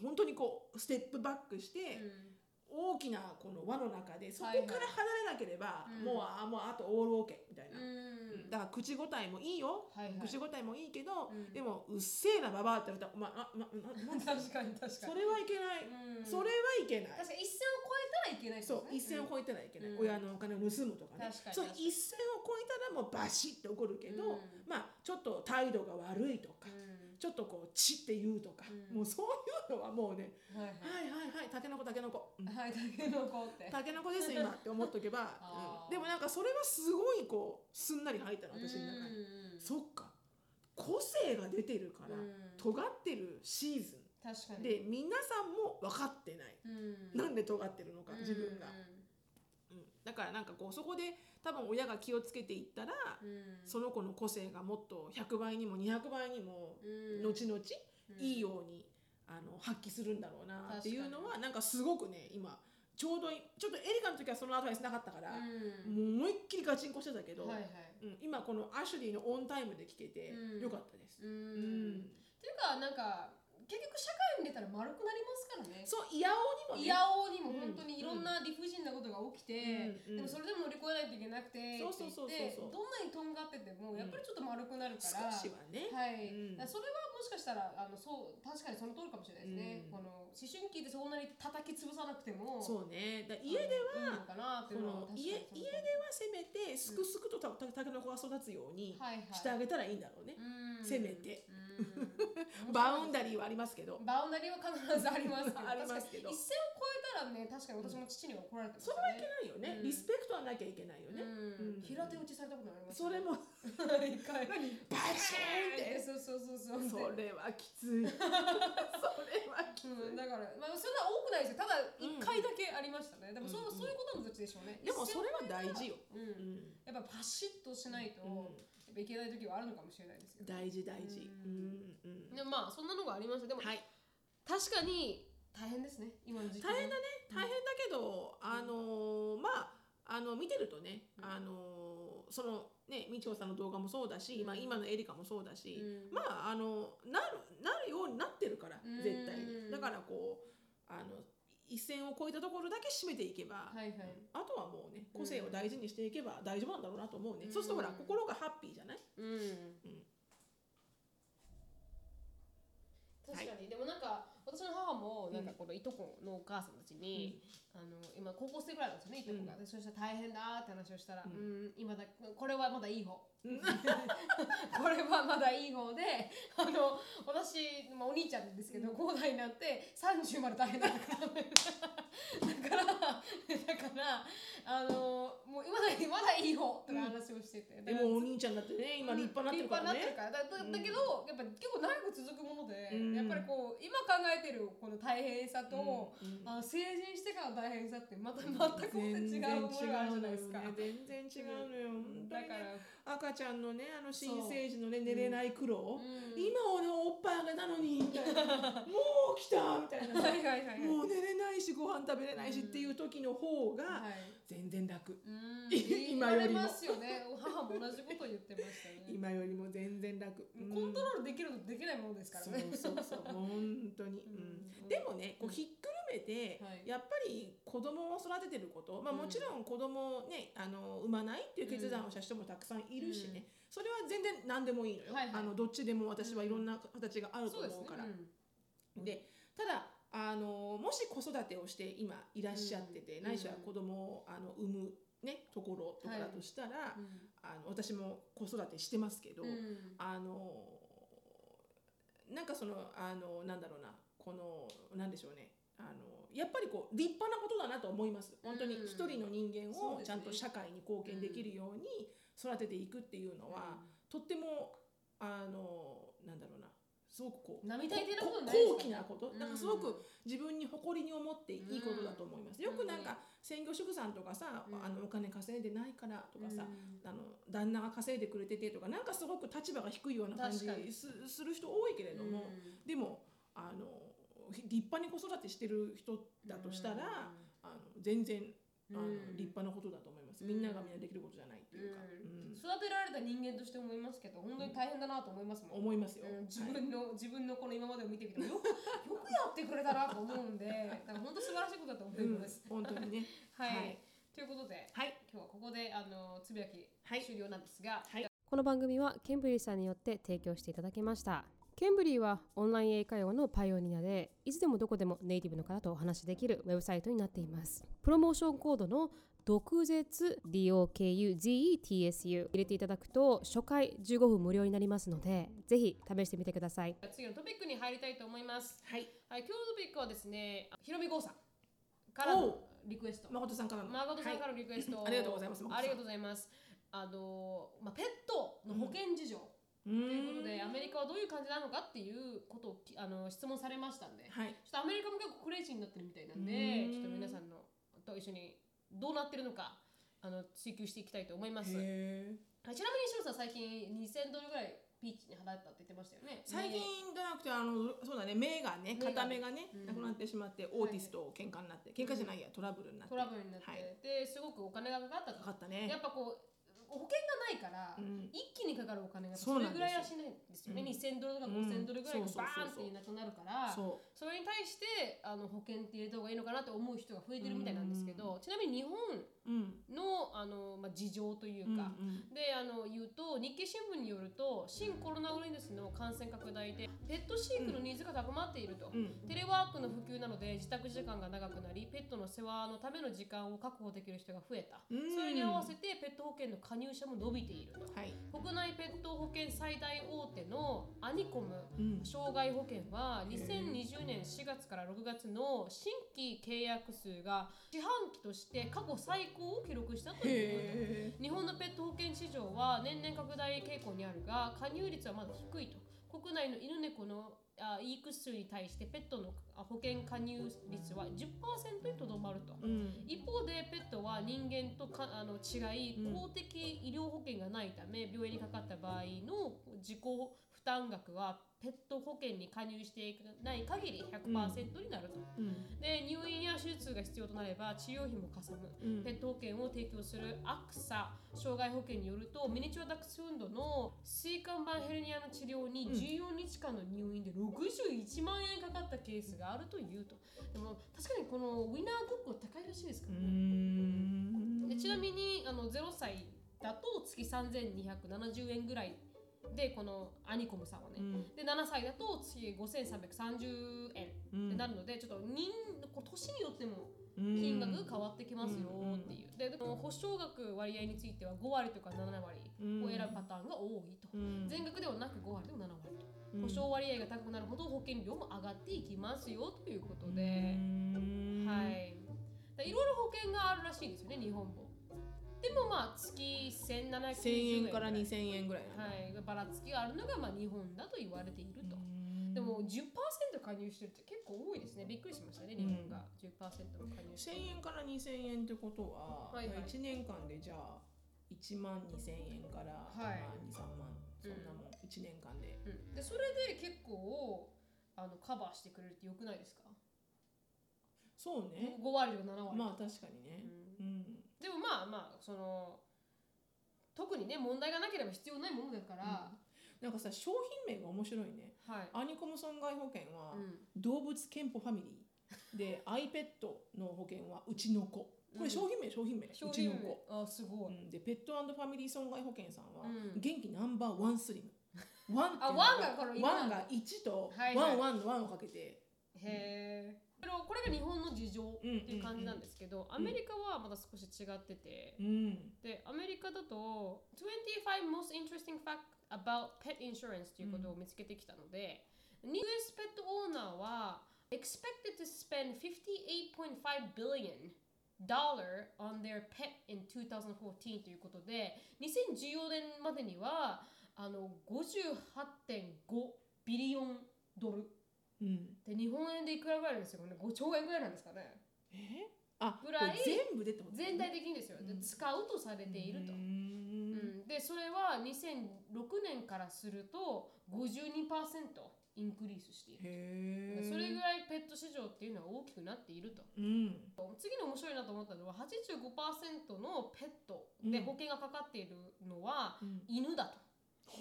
本当にこうステップバックしうて、ん大きなこの輪の中でそこはからいはい離れなければ、うんもうあもうあとオールオーケーみたいな、うんだから口答えもいいよ、はいはい口答えもいいけど、うんでもうっせえなババアって言われたらお前あままなん 確でかに確かにそれはいけない、うんそれはいけない。確かに一線を越えたらいけないってそこうとで一すね線を越えたらいけない、うん親のお金を盗むとかね確かにそう確かに一線を越えたらもうバシッて怒るけど、うんまあちょっと態度が悪いとか、うんちょっとこう「ち」って言うとか、うんもうそういうのはもうねはい「はいはいはいたけのこたけのこ」うんはいはいタケノコ ってたけのこです今」って思っとけばあ、ーうんでもなんかそれはすごいこうすんなり入ったの私の中に。うんそっか個性が出てるから、うん尖ってるシーズ確かにンで皆さんも分かってない。うんなんで尖ってるのかうん自分が、うん、だからなんかこうそこで多分親が気をつけていったら、うんその子の個性がもっと100倍にも200倍にもうん後々うんいいようにあの発揮するんだろうなっていうの確はなんかすごくね今ちょうどいちょっとエリカの時はそのアドバイスなかったから、うんもう思いっきりガチンコしてたけど、はいはいうん、今このアシュリーのオンタイムで聞けてうんよかったです。ううんっていうかなんか結局社会に出たら丸くなりますからねそういやおうにもいねやおうにもうん本当にいろんな理不尽なことが起きて、でうんうんもそれでも乗り越えないといけなくてって言ってそうそうそうそうそうどんなにとんがっててもやっぱりちょっと丸くなる少から、しはね、はい、うんだからそれはもしかしたらあのそう確かにその通りかもしれないですね、うんこの思春期でそんなに叩き潰さなくてもそうねだから家であのいいはのかなっていこうのはの確かに家その通り家ではせめてすくすくとたたたけのこが育つようにはいはいしてあげたらいいんだろうね、うんせめて うんバウンダリーはありますけどバウンダリーは必ずありますけど ありますけ確かどに一線を越えたらね確かに私も父には怒られてましそたれはいねけないよね、うんリスペクトはなきゃいけないよね、ううんん、平手打ちされたことありますそれも一回バシーンってそうそうそうそうそれはきついそれはきつい、うん、だから、まあ、そんな多くないですよただ一うん回だけありましたね、でもそ,、ううんそういうことのどっちでしょうねでもそれは大事よ、う、うんん、やっぱパシッとしないと、うんやっぱいけない時はあるのかもしれないですよ、大事大事ううんんうんでもまあそんなのがありましたでも、はい確かに大変ですね今の時期大変だね大変だけど、あのーまああの見てるとね、うんあのそのねみちおさんの動画もそうだし、うんまあ、今のエリカもそうだし、うんまああのなるなるようになってるからうん絶対にだからこうあの一線を越えたところだけ締めていけば、はいはいあとはもうね個性を大事にしていけば大丈夫なんだろうなと思うね、うんそうするとほら心がハッピーじゃないうんうん確かにでもなんか私の母もなんかこのいとこのお母さんたちに、あの今高校生ぐらいなんですよねいとこが、うでそしたら大変だーって話をしたら、ううんん、今だこれはまだいい方うんこれはまだいい方であの私、まあ、お兄ちゃんですけど、うん5代になって30まで大変だからだからだからあのもう今だまだいい方とか話をしてて、でだからもお兄ちゃんだってね今立派になってるからね、立派になってるからだだだけど、やっぱ結構長く続くもので、うんやっぱりこう今考えてるこの大変さと、うんうんあの成人してからの大変さってまた全 く違うものがあるじゃないですか。全然違うのよね全然違うのよ本当だにかねら、赤ちゃんのねあの新そう生児のね寝れない苦う労、ん今俺はおっぱいあげたのにみたい なもう来たみたいなはいはいはいはい。もう寝れないしご飯食べれないしっていう時の方がはい、全然楽うん今よりも言われますよね。母も同じこと言ってましたね。今よりも全然楽、うんコントロールできるのとできないものですからね。そうそ うそう本当に、うんうんでもねうこんうひっくるめて、はいやっぱり子供を育ててること、まあ、うんもちろん子供をねあの産まないっていう決断をした人もたくさんいるしね、うんそれは全然何でもいいのよ、はいはいあのどっちでも私はいろんな形があると思うから。で,、うんただあのもし子育てをして今いらっしゃってて、うんないしは子供をあの産む、ね、ところとかだとしたら、うんあの私も子育てしてますけど。うんあのなんかそのあのなんだろうなこのなんでしょうねあのやっぱりこう立派なことだなと思います本当にうん一人の人間そうをですちねゃんと社会に貢献できるように育てていくっていうのは、とってもあのなんだろうなすごくこう並大抵なことないです高貴なことなんかすごく、自分に誇りに思っていいことだと思います、よくなんか専業主婦さんとかさ、うんあのお金稼いでないからととかさ、あの旦那が稼いでくれててとかなんかすごく立場が低いような感じ確かにすする人多いけれども、でもあのひ立派に子育てしてる人だとしたら、あの全然あの、立派なことだと思います、みんながみんなできることじゃないっていうか、うん育てられた人間として思いますけど本当に大変だなと思いますもん、思いますよ、うん自はい分の、自分のこの今までを見てみてもよくよくやってくれたなと思うんでだから本当素晴らしいことだと思います。うん、本当にね はい、はいということではい今日はここであのつぶやきはい終了なんですが、はいこの番組はケンブリーさんによって提供していただきました。ケンブリーはオンライン英会話のパイオニアで、いつでもどこでもネイティブの方とお話しできるウェブサイトになっています。プロモーションコードの独絶 DOKUZETSU 入れていただくと初回15分無料になりますので、ぜひ試してみてください。次のトピックに入りたいと思います。はいはい、今日のトピックはですね、ひろみごうさんからのおうリクエスト誠さんからの誠さんからはいのリクエスト、ありがとうございます誠あさんりがとうございます。あのまあ、ペットの保険事情とういうこーんとで、アメリカはどういう感じなのかっていうことをきあの質問されましたんで、はいちょっとアメリカも結構クレイジーになってるみたいなんうで、んちょっと皆さんのと一緒にどうなってるのかあの追求していきたいと思います。はいへーちなみにシロさん最近2000ドルぐらいピーチに払ったって言ってましたよね。最近ねじゃなくてあのそうだね目がね目がね片目がねうんなくなってしまってオーティスと喧嘩になって喧嘩じゃないやトラブルになってトラブルになって、はいですごくお金がかかったとかかったやねっぱこう保険がないから、うん一気にかかるお金がそそうれなんでぐすらいよはしないんですよね、うん2000ドルとかうん5000ドルぐらいがバそうそうそうーンってなくなるからそそれに対してあの保険って入れた方がいいのかなって思う人が増えてるみたいなんですけど、ちなみに日本ううんのあの、まあ、事情といううんうか、んであの言うと日経新聞によると新コロナウイルスの感染拡大でペット飼育のニーズが高まっていると、うんテレワークの普及なので自宅時間が長くなりペットの世話のための時間を確保できる人が増えた、うんそれに合わせてペット保険の加入者も伸びているとはい国内ペット保険最大大手のアニコムうん障害保険は2020年4月から6月の新規契約数が四半期として過去最高を記録したということへ日本のペット保険市場は年々拡大傾向にあるが加入率はまだ低いと国内の犬猫のあ飼育数に対してペットのあ保険加入率は10%にとどまるとーうん一方でペットは人間とかあの違いうん公的医療保険がないため病院にかかった場合の自己負担額はペット保険に加入していかない限り100%になると、うんで入院や手術が必要となれば治療費もかさむうんペット保険を提供する AXA 障害保険によるとミニチュアダックスフンドの椎間板ヘルニアの治療にうん14日間の入院で61万円かかったケースがあるというとでも確かにこのウィナードッグは高いらしいですからね、んでちなみにあの0歳だと月3270円ぐらいでこのアニコムさんはね、うんで7歳だと月5330円うんってなるので、ちょっと人こう年によってもうん金額が変わってきますようんっていう。で、でも保証額割合については5割とか7割を選ぶパターンが多いと。うん全額ではなく5割でも7割うと。ん保証割合が高くなるほど保険料も上がっていきますよということうで、んはい。でいろいろ保険があるらしいんですよね、日本も。でもまあ月1790円1000円からぐらい2000円ぐらいなはい、ばらつきがあるのがまあ日本だと言われていると。うんでも10%加入してるって結構多いですね。びっくりしましたね、日本が10%も加入してる。 1000円から2000円ってことは、はいはい1年間でじゃあ1万2000円かはら、いまあ、23万そんなもん、1年間でうん、でそれで結構あのカバーしてくれるってよくないですかそうね ?5 割とか7割、まあ確かにうねんうんでもまあまあその特にね問題がなければ必要ないものだから、なんかさ商品名が面白いねはい、アニコム損害保険は、うん動物健保ファミリ ーで iPad の保険はうちの子これ商品名商品名、う商ちの品子名あすごうい、ん、でペットファミリー損害保険さんは、うん元気ナンバーワンスリ ム。ワンっていうあのワンがこの今ワンが一と、はいはいワンワンのワンをかけて、へえこれが日本の事情っていう感じなんですけど、アメリカはまだ少し違ってて、うん、でアメリカだと25 most interesting fact about pet insurance ということを見つけてきたので、US ペットオーナーは expected to spend 58.5 billion dollar on their pet in 2014ということで2014年までにはあの58.5ビリオンドルうん、で日本円でいくらぐらいなんですよね5兆円ぐらいなんですかねえあ、ぐらいこれ全部でってこと全体的にですよ、でうん使うとされているとう、うんん、でそれは2006年からすると52%インクリースしているへえ。それぐらいペット市場っていうのは大きくなっているとうん、次の面白いなと思ったのは85%のペットうんで保険がかかっているのはうん犬だと、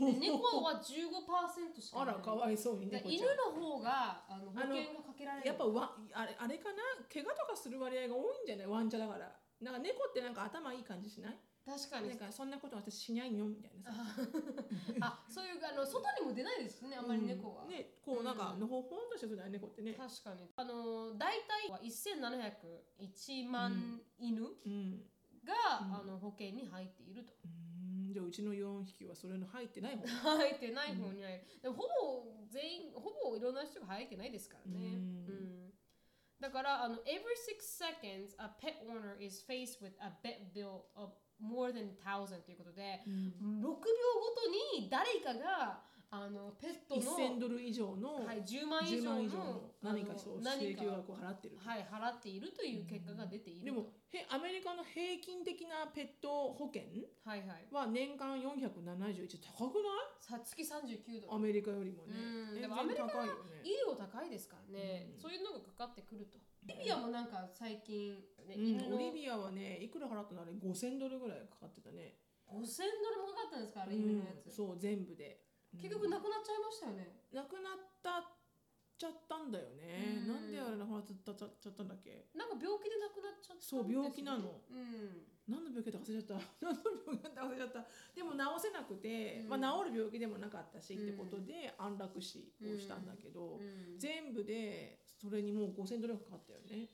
で猫は15%しかあいならいかわいそうにで猫ちゃん犬の方があの保険がかけられるやっぱわあれあれかな怪我とかする割合が多いんじゃないワンちゃだからなんか猫ってなんか頭いい感じしない確かになんかそんなこと私しないよみたいなさああそういうあの外にも出ないですねあんまり猫は、うんねこうなんかうんのほほんとしてるじゃない猫ってね確かにあのー大体は1701万犬が、うんうんあの保険に入っていると うーんじゃあうちの4匹はそれの入ってない方入ってない方に入る、でもほぼ全員ほぼいろんな人が入ってないですからね、うんうんだからあの every six seconds a pet owner is faced with a vet bill of more than thousand ということでうん6秒ごとに誰かがあのペット1000の、ドル以上のはい、10万以10上万の以上の何かそうあの請何か求額を払ってるはい、払っているという結果が出ていると。でもへアメリカの平均的なペット保険はいはい。は年間471高くなさ月39いアドル。メリカよりもねうん全で然もアメリカ高いよ医ね療高いですからね、うんそういうのがかかってくると。リビアもなんか最近、ねうん犬のオリビアはねいくら払ったのあれ5000ドルぐらいかかってたね5000ドルもかかったんですから、あれ犬のやうんつ。そう全部でうん結局なくなっちゃいましたよね。なくなったっちゃったんだよねうんなんであれなくなっちゃったちゃったんだっけなんか病気でなくなっちゃったんですよそう病気なのうん。何の病気だか忘れちゃった 何の病気だか忘れちゃったでも治せなくて、うんまあ、治る病気でもなかったし、うんってことで安楽死をしたんだけうど、ん結全部でそれにもう5,000ドルかかったよね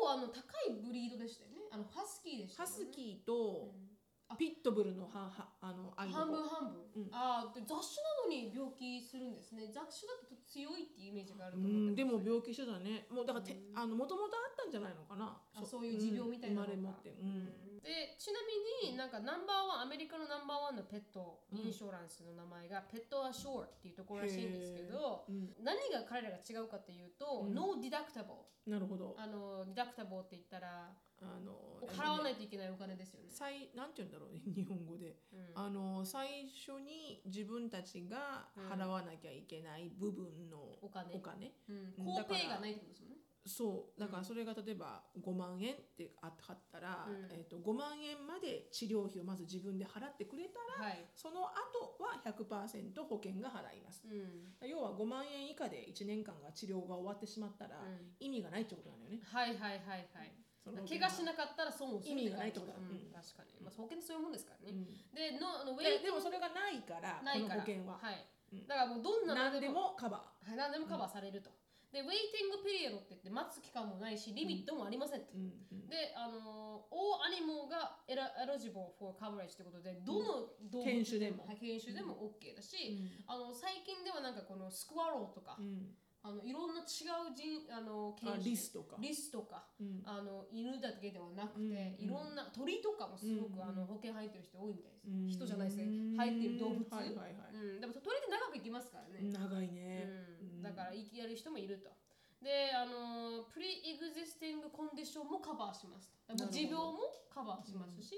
構あの高いブリードでしたよね。あのハスキーでしたハよね。スキーとうんピットブルのははあの愛半分護半分、うんああで雑種なのに病気するんですね雑種だと強いっていうイメージがあるうと思ってんましたでも病気してたねもうだからて、うんあのもともとあったんじゃないのかなあそういう持病みたいなのうんが生まれ持ってうんでちなみになんかナンバーワンアメリカのナンバーワンのペットインシュランスの名前がペットアショーっていうところらしいんですけど、うん何何が彼らが違うかっていうと、うん No deductible なるほどあのディダクタボーって言ったらあの払わないいといけないお金ですよね。最なんて言うんだろうね 日本語でうんあの最初に自分たちが払わなきゃいけない部分のお金お金うん、うんコだーからペイがないってことですもんね。そうだからそれが例えば5万円ってあったら、うんえっと5万円まで治療費をまず自分で払ってくれたらはい。その後は100%保険が払いますうん。うん要は5万円以下で1年間が治療が終わってしまったら意味がないってことなんだよねはいはいはいはい。その怪我しなかったら損をする意味がないってことだうんうん確かに。まあ保険ってそういうもんですからうね。んで、のあのウェイでテでィンもグそれがないからないから。この保険は、はい。うんだからもうどんな何でもカバはい、何でもカバーされると。で、ウェイティングピリエドって言って待つ期間もないし、リミットもありませんと。ー、うんうんで、あのー、all animal が e l i g i b l e for coverage ってことで、どの動物犬種でもはい犬種でも OK だし、あの最近ではなんかこのスクワローとか、うんあのいろんな違う人あのうん、あ犬種リスとか、リスとかうん、あの犬だけではなくて、うんうんいろんな鳥とかもすごく、うんあの保険入ってる人多いみたいです、うん人じゃないですね入ってる動物、はいはいはい、うん、でも鳥って長く生きますからね、長いね、うんだから生きやる人もいると。で、あのプリエグゼスティングコンディションもカバーしますと。だからなるほ持病もどカバーしますし、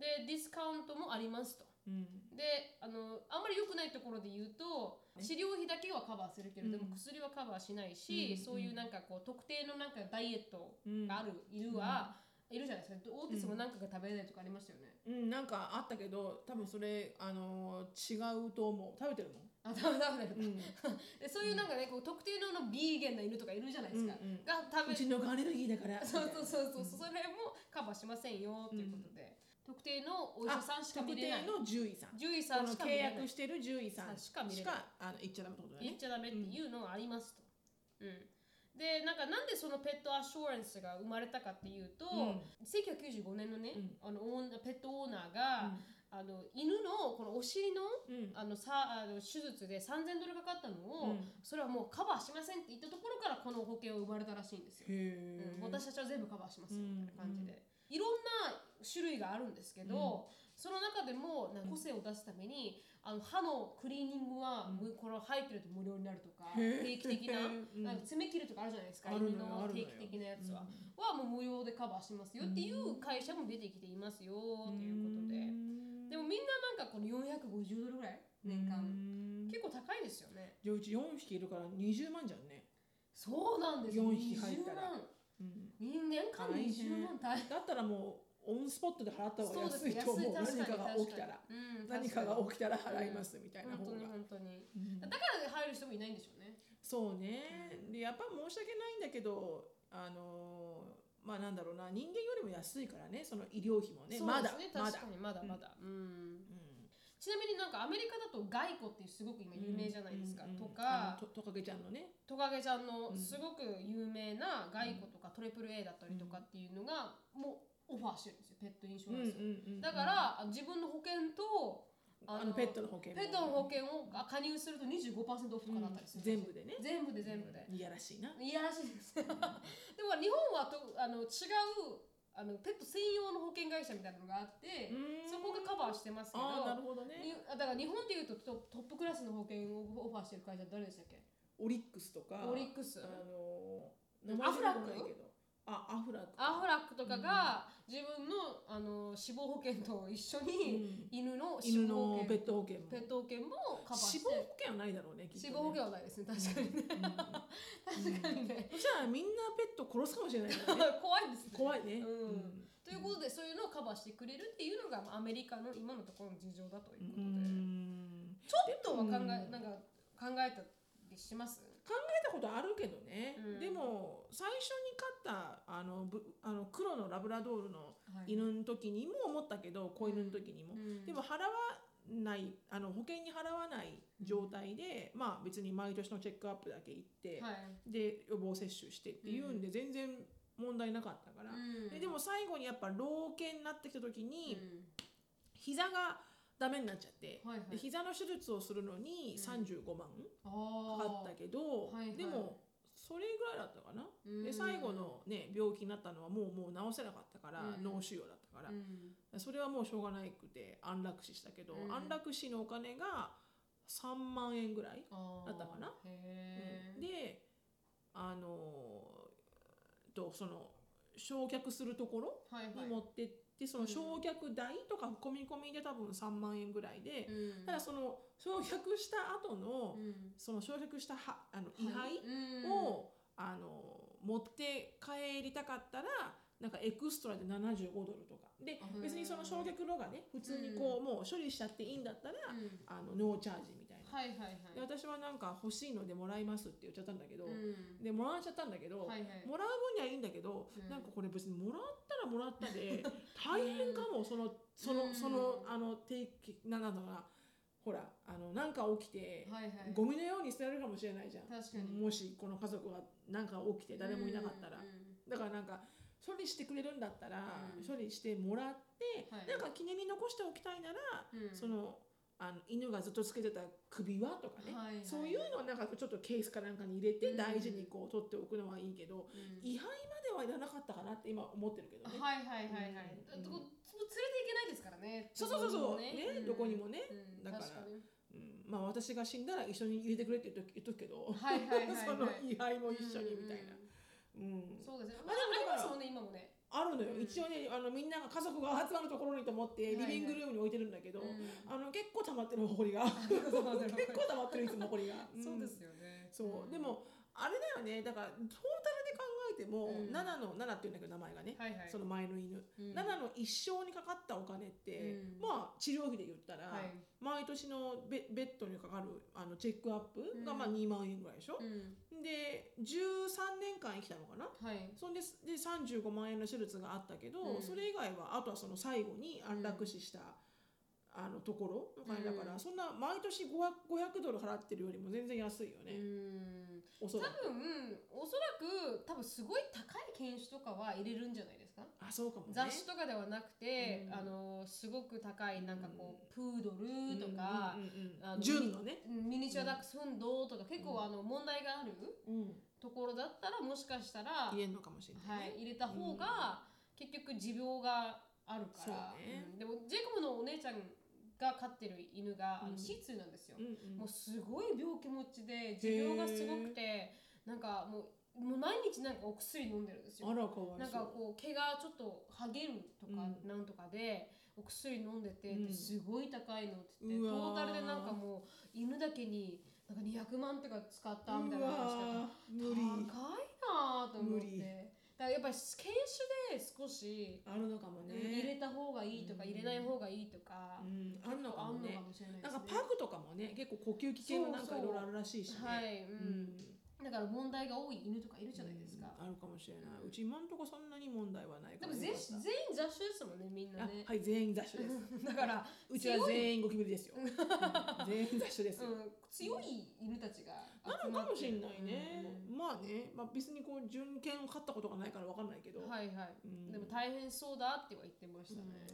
で、ディスカウントもありますと。うんで、あのあんまり良くないところで言うと、ね治療費だけはカバーするけれども、うん薬はカバーしないし、うんそういうなんかこう特定のなんかダイエットうんがある、犬は、いるじゃないですか。オーティスもなんかが食べれないとかありましたよね。うん、なんかあったけど多分それあのー違うと思う食べてるあ、ダメダメダの、うメ。 ん、でそういうなんかね、こう特定ののビーゲンな犬とかいるじゃないですか。うんうんが食べうちのがアレルギーだからそうそうそうそう、うんそれもカバーしませんよということで、特定のお医者さんしか見特れ定ないの獣医さん獣医そさんのしか見契れない約してる獣医さんしか見れないあの行っちゃダメってことだよ言ねっちゃダメっていうのはありますと、うんでなんかなんでそのペットアシュアレンスが生まれたかっていうと、うん1995年のね、うんあのオーナーペットオーナーが、あの犬のこのお尻のうんうんあのさあの手術で3000ドルかかったのを、うんそれはもうカバーしませんって言ったところからこの保険を生まれたらしいんですよへえ、うん、私たちは全部カバーしますようみんたいな感じで、いろんな種類があるんですけど、その中でもなんか個性を出すためにあの歯のクリーニングは、うんむこれ入ってると無料になるとかへー定期的なうんなんか爪切るとかあるじゃないですかあるのよ犬のあるの定よ期的なやつは、うんはもう無料でカバーしますよっていう会社も出てきていますよということで、んでもみんななんかこの450ドルぐらい年間、うん結構高いですよねじゃあうち4匹いるから20万じゃんね、そうなんですよ4匹入ったら20万うん、人間間20万大変だったらもうオンスポットで払った方がそう安でいすと思う安い何か確がに起きたら、うん、何かが確起きたら払いますみたいな方にが、本当に本当にうんだから入る人もいないんでしょうねそうねでやっぱ申し訳ないんだけどあのーまあなんだろうな人間よりも安いからねその医療費もねそうまでだすねま確だか、にまだうんまだうんうんちなみになんかアメリカだとガイコっていうすごく今有名じゃないですか、うんうんとかあのとトカゲちゃんのねトカゲちゃんのうんすごく有名なガイコとかトリプル A だったりとかっていうのがもうオファーしてるんですよペットインショアランスを、うんだからあ自分の保険とああののペットの保険もペットの保険をあ加入すると25%オフとかだったりする、全部でね全部で全部で、いやらしいないやらしいです。で も日本はとあの違うあのペット専用の保険会社みたいなのがあって、そこがカバーしてますけどああなるほどにねだから日本でいうとトトップクラスの保険をオファーしてる会社誰でしたっけオリックスとかオリックスあのーうん名前ア出てこフラックないけどあアフラックアフラックとかが自分のあの死亡保険と一緒にうん犬の死犬亡保の険ペット保険もペット保険もカバー死し亡て保険はないだろうねきっと死ね亡保険はないですね確かにね確かにねそしたらみんなペット殺すかもしれないからね怖いですね怖いね、うんうんということで、そういうのをカバーしてくれるっていうのがまあアメリカの今のところの事情だということで、うんちょっとは考え、うんなんか考えたりします考えたことあるけどね、うんでも最初に飼ったあのぶあの黒のラブラドールのはい犬の時にも思ったけど子犬の時にも、うんでも払わないあの保険に払わない状態で、まあ別に毎年のチェックアップだけ行って、はい、で予防接種してっていうんで全然問題なかったから、うでんでも最後にやっぱ老犬になってきた時うに、ん膝がダメになっちゃって、はいはいで膝の手術をするのにうん35万あかーかったけど、はいはいでもそれぐらいだったかな、うんで最後の、ね、病気になったのはもうもう治せなかったから、うん脳腫瘍だったからう、んそれはもうしょうがないくて安楽死したけど、うん安楽死のお金が3万円ぐらいあーだったかなへその焼却するところはいはいに持ってってそのうん焼却代とか込み込みで多分3万円ぐらいで、うんただその焼却した後の、うんその焼却したはあの位牌うんを、あの持って帰りたかったらなんかエクストラで75ドルとかであ別にその焼却炉がね普通にこう、もう処理しちゃっていいんだったら、うんあのノーチャージみたいな、はいはいはいで私はなんか欲しいのでもらいますって言っちゃったんだけど、うんでもらっちゃったんだけど、はいはいもらう分にはいいんだけど、うんなんかこれ別にもらったらもらった で大変かも、そのその、うんそのあの定期ななんだろうなほらあのなんか起きて、はいはいゴミのように捨てられるかもしれないじゃん確かにもしこの家族はなんか起きて誰もいなかったら、うんうんだからなんか処理してくれるんだったら、うん処理してもらって、はいなんか記念に残しておきたいなら、うんそのあの犬がずっとつけてた首輪とかね、はいはいそういうのをなんかちょっとケースかなんかに入れてうん大事にこう取っておくのはいいけど、うん位牌まではいらなかったかなって今思ってるけどね。はいはいはいはい。うんだってこうつ連れていけないですからね。そうそうそうそうねんどこにもね、うんだから確に うんまあ私が死んだら一緒に入れてくれって言っと言っとくけど、はいはいはいはい その位牌も一緒にみたいなう。んうんそうですね。ままああでもでもありまだからすもんね今もね。あるのよ、うん一応ねあのみんなが家族が集まるところにと思ってリはいはいビングルームに置いてるんだけど、うん あの結構溜まってるほこりが結構溜まってるいつもほこ りが、んそうですよね。そう、んで。もあれだよねだからトータルで考えても、うん7の7っていうんだけど名前がね、はいはい。その前の犬、うん7の一生にかかったお金って、うんまあ治療費で言ったら、はい。毎年のベベッドにかかるあのチェックアップがうんまあ2万円ぐらいでしょ、うんで13年間生きたのかなはい。そんでで35万円の手術があったけど、うんそれ以外はあとはその最後に安楽死した、あのところの金だから、うんそんな毎年 500, 500ドル払ってるよりも全然安いようね、ん。お多そらく分おそらく多分すごい高い犬種とかは入れるんじゃないですか。あそうかもね雑誌とかではなくて、うあんのすごく高いなんかこう、プードルとか。うんうんうんうんあの純のね、ミニチュアダックスフンドとか結構あの問題があるうん、ところだったらもしかしたら、は言えんのかもしれない、ねい、入れた方が結局持病があるから、そうねうんでもジェイコブのお姉ちゃんが飼ってる犬があうんのシーツーなんですよ、うんうんもうすごい病気持ちで持病がすごくてなんかもうもう毎日なんかお薬飲んでるんですよあらかわいそうなんかこう毛がちょっとはげるとかうんなんとかで、お薬飲んでて、うんすごい高いのって言っうてわトータールでなんかもう犬だけになんか200万とか使ったみたいな話だうわー無高い理なーと思っ無理てだからやっぱり犬種で少し、あるのかもね、入れた方がいいとかうん入れない方がいいとか、うん、あんのあかもんのねかもしれないでなんすかねパグとかもね結構呼吸器系のなんかいろいろあるらしいしねはい、ううんだから問題が多い犬とかいるじゃないですか、うんあるかもしれない、ううんち今んとこそんなに問題はないでからも全よかった全員雑種ですもんねみんなあね、はい全員雑種です だからうちは全員ゴキブリですよ、うん全員雑種ですよ、うん、強い犬たちがな集のまかってもしれないね、うんまあね、まあ、別にこう純犬を飼ったことがないからわかんないけど、うんはいはい、うんでも大変そうだっては言ってましたね、なん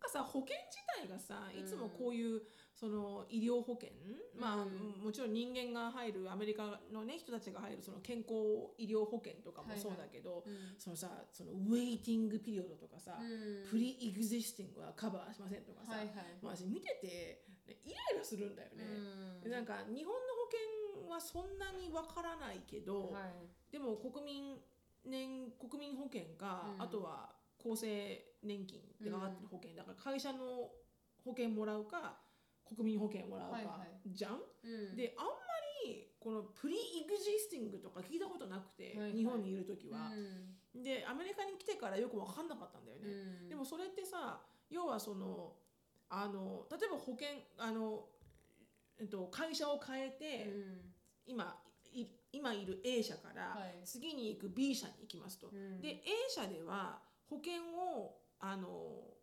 かさ保険自体がさうんいつもこういう、その医療保険、まあうんもちろん人間が入るアメリカのね人たちが入るその健康医療保険とかもそうだけど、うんそのさそのウェイティングピリオドとかさ、うんプリエグゼスティングはカバーしませんとかさ、はいはい、まあ、私見ててねイライラするんだよね。うでなんか日本の保険はそんなにわからないけど、はい、でも国民年国民保険か、うんあとは厚生年金ってかかってる保険、だから会社の保険もらうか国民保険もらうか、はいはじゃん、うん、であんまりこのプリエグジスティングとか聞いたことなくて、はいはい日本にいる時はう、んでアメリカに来てからよく分かんなかったんだよね、うん、でもそれってさ要はそのあの例えば保険あの、えっと、会社を変えて、うん今い今いる A 社からはい次に行く B 社に行きますと。うん、で A 社では保険をあの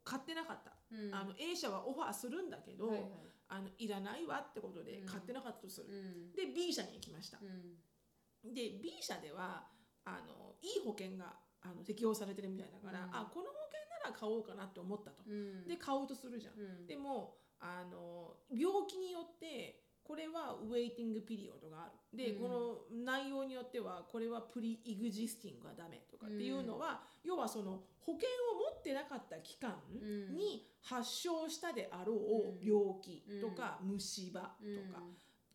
買ってなかった、うん、あの A 社はオファーするんだけど、はいいはいあのいらないわってことでうん買ってなかったとする、うんで B 社に行きましたう、んで B 社ではあのいい保険があの適用されてるみたいだから、うんあこの保険なら買おうかなって思ったと、うん、で買おうとするじゃん、うん、でもあの病気によってこれはウェイティングピリオドがあるで、うんこの内容によってはこれはプリエグジスティングはダメとかっていうのは、要はその保険を持ってなかった期間うんに発症したであろううん病気とか虫歯とか、うん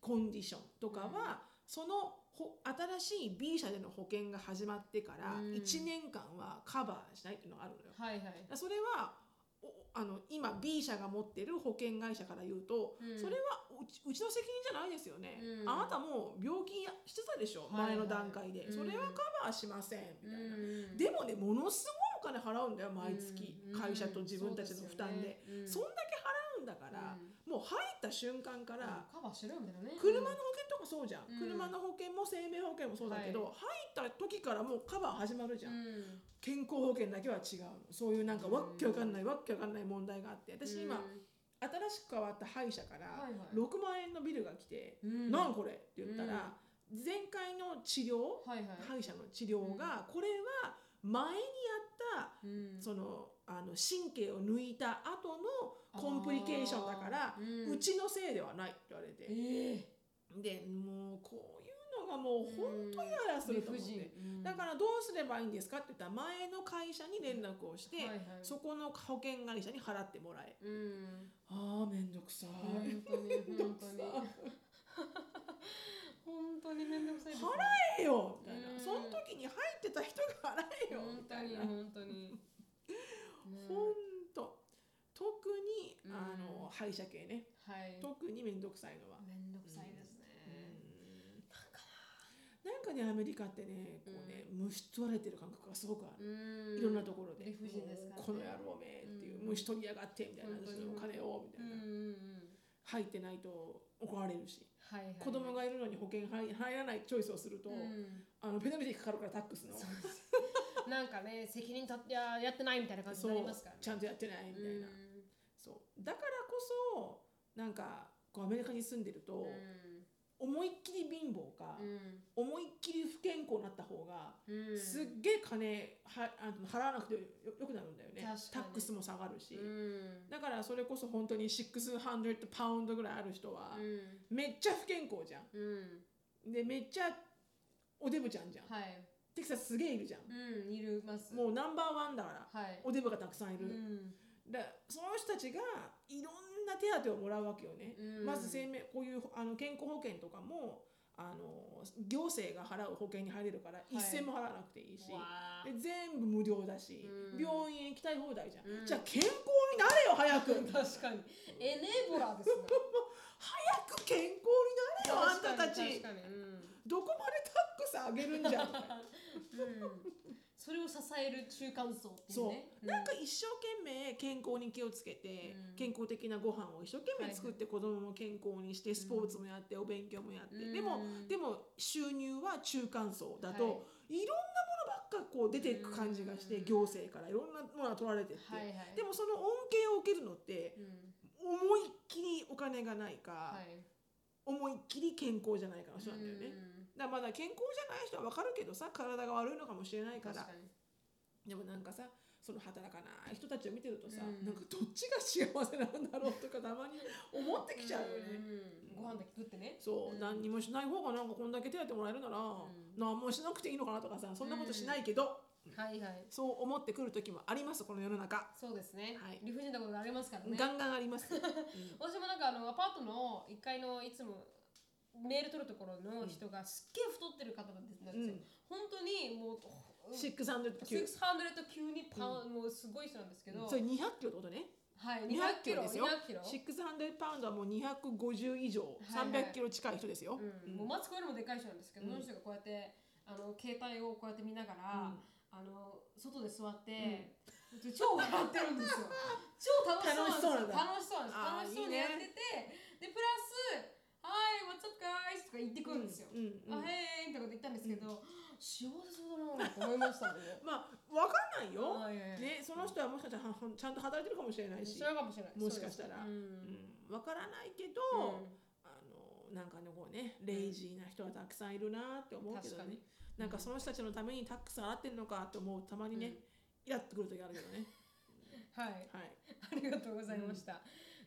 コンディションとかは、そのほ新しい B 社での保険が始まってからうん1年間はカバーしないっていうのがあるのよ。はいはい。だからそれはおあの今 B 社が持ってる保険会社から言うと、うんそれはうちうちの責任じゃないですよね、うんあなたもう病気やしてたでしょ、はいはい前の段階で、うんそれはカバーしませんみたいな、うんでもねものすごいお金払うんだよ毎月、うん会社と自分たちの負担で、。うんそうんだけ払うんだから、もう入った瞬間かだら、カバーしろよみたいなね。車の保険とかそうじゃん、うん車の保険も生命保険もそうだけど、入った時からもうカバー始まるじゃん、うん健康保険だけは違うのそういうなんかうんわっけわかんないわっけわかんない問題があって私今、うん新しく変わった歯医者からはいはい6万円のビルが来てうん「なんこれ?」って言ったら、前回の治療はいはい。歯医者の治療が、これは前にやったうんそのあの神経を抜いた後のコンプリケーションだからあ、ーうちのせいではないって言われええて、でもうこういうのがもう本当にやらすると思って。だかららどうすればいいんですかって言ったら前の会社に連絡をして、はいはい、そこの保険会社に払ってもらえうんあーめんどくさ本い、当にめんど本く当さいに本当に面倒くさいです払えよみたいな、うんその時に入ってた人が払えよ本み当たいにな本当に、ねほんと特にうんあの歯医者系ねはい特にめんどくさいのは、面倒くさいですね、うんなんかねアメリカってねこうね、虫取られてる感覚がすごくあうんる、いろんなところで理不尽ですからねもうこの野郎め」っていううん「虫取りやがって」みたいな本「当私にのお金を」みたういんな、うんうん入ってないと怒られるしはいはい子供がいるのに保険入入らないチョイスをすると、うんあのペナルティかかるからタックスのそうですなんかね責任とってややってないみたいな感じになりますから、ね、ちゃんとやってないみたいな、うんそうだからこそなんかこうアメリカに住んでると、うん思いっきり貧乏か、うん思いっきり不健康になった方が、うんすっげえ金はあの払わなくてよよくなるんだよね確かにタックスも下がるし、うんだからそれこそ本当に600パウンドぐらいある人は、うんめっちゃ不健康じゃうんんでめっちゃおデブちゃんじゃん、はいテキサスすげえいるじゃん、うんいるますもうナンバーワンだからはいおデブがたくさんいる、うんだその人たちがいろんな手当をもらうわけよね、うんまず生命こういうあの健康保険とかもあの行政が払う保険に入れるから、い一銭も払わなくていいしわあで全部無料だし、うん病院へ行きたい放題じゃん、うんじゃあ健康になれよ早く確かにエネボラーですね早く健康に なれよあん確かにたた確ちかにうんどこまでタックス上げるんじゃんみたいうなんそれを支える中間層っていうそう、ねなんか一生懸命健康に気をつけて、うん健康的なご飯を一生懸命作って子供も健康にしてスポーツもやって、お勉強もやって、うんでもうんでも収入は中間層だと、い、ろんなものばっかこう出ていく感じがして、うん行政からいろんなものが取られてって、はいはいでもその恩恵を受けるのってうん思いっきりお金がないか、はい思いっきり健康じゃないかの人なんだよね。うんだからまだ健康じゃない人はわかるけどさ体が悪いのかもしれないから確かにでもなんかさその働かない人たちを見てるとさ、うんなんかどっちが幸せなんだろうとかたまに思ってきちゃうよね。うんご飯だけ食ってねそうう、ん何にもしない方がなんかこんだけ手当てもらえるなら、ん何もしなくていいのかなとかさそんなことしないけど、はいはいそう思ってくる時もありますこの世の中、そうですねはい理不尽なことがありますからねガンガンあ ります、私もなんかあのアパートの1階のいつもメール取るところの人がすっげえ太ってる方なんですよ、うん本当にもううん、 690 600と9 90パウンド、もうすごい人なんですけど、それ200キロってことねはい200 200キキロロですよ200キロ、 600パウンドはもう250以上、はいはい300キロ近い人ですよ、うん、もうマツコよりもでかい人なんですけど、うそのん人がこうやってあの携帯をこうやって見ながら、あの外で座って、超笑ってるんです よ超楽しそうなんですよ楽しそうなんです楽しそうにやっててでプラス「はい what's up guys」とか言ってくるんですよ、うんうあんへーみたいなこと言ったんですけど、幸せそうだなと思いましたね。ま あわかんないよ、はいはいね、その人はもしかしたらはちゃんと働いてるかもしれないしそ、れかもしれない。もしかしたらそうですねうん、わからないけうど、んあのなんかねこうねレイジーな人はたくさんいるなって思うけど確かねになんかその人たちのためにタックス払ってんのかって思うたまにね、うんイラっとくる時あるけどねはい、 はいありがとうございました。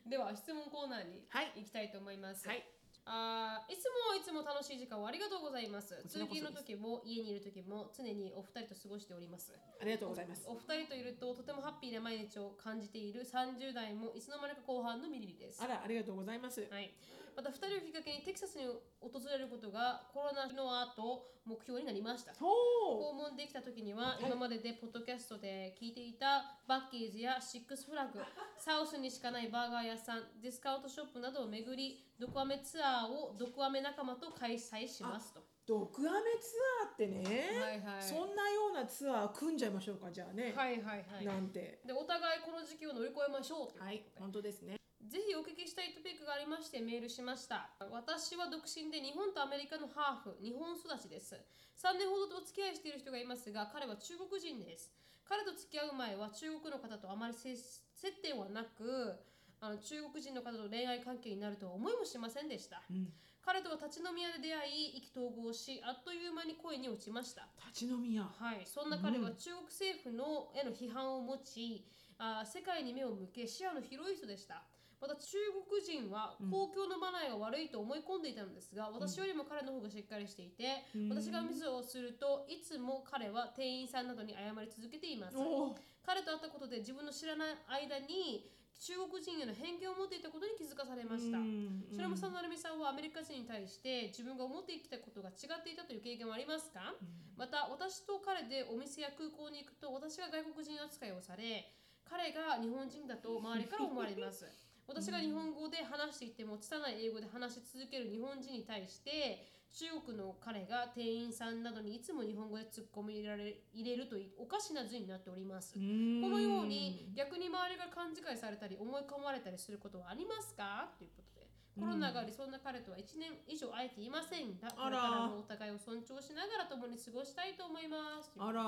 では質問コーナーにはい行きたいと思います。はいあーいつもいつも楽しい時間をありがとうございます。こち通らこそ勤ですの時も家にいる時も常にお二人と過ごしております。ありがとうございますお二人といるととてもハッピーな毎日を感じている30代もいつの間にか後半のミリリです。あらありがとうございますはい、また2人をきっかけにテキサスに訪れることがコロナの後目標になりましたほう訪問できた時には、はい今まででポッドキャストで聞いていたバッキーズやシックスフラッグサウスにしかないバーガー屋さんディスカウントショップなどを巡りドクアメツアーをドクアメ仲間と開催しますと毒アメツアーってね、はいはいそんなようなツアー組んじゃいましょうかじゃあね、はいはいはいなんてでお互いこの時期を乗り越えましょうということで、本当ですねぜひお聞きしたいトピックがありましてメールしました。私は独身で日本とアメリカのハーフ、日本育ちです。3年ほどとお付き合いしている人がいますが、彼は中国人です。彼と付き合う前は中国の方とあまり接接点はなく、あの中国人の方と恋愛関係になるとは思いもしませんでした。うん彼とは立ち飲み屋で出会い、意気投合し、あっという間に恋に落ちました。立ち飲み屋はい、そんな彼うはん中国政府のへの批判を持ち、あー世界に目を向け視野の広い人でした。また中国人はうん公共のマナーが悪いと思い込んでいたのですが、私よりも彼の方がしっかりしていて、私がミスをするといつも彼は店員さんなどに謝り続けています。おー彼と会ったことで自分の知らない間に中国人への偏見を持っていたことに気づかされました。うんそれもさなるみさんはアメリカ人に対して自分が思ってきたことが違っていたという経験はありますかうんまた私と彼でお店や空港に行くと私が外国人扱いをされ彼が日本人だと周りから思われます私が日本語で話していても拙い英語で話し続ける日本人に対して中国の彼が店員さんなどにいつも日本語で突っ込み入れられ入れるというおかしな図になっております、うんこのように逆に周りが勘違いされたり思い込まれたりすることはありますかということでコロナが理想な彼とは1年以上会えていませんが、これからもお互いを尊重しながら共に過ごしたいと思います。あら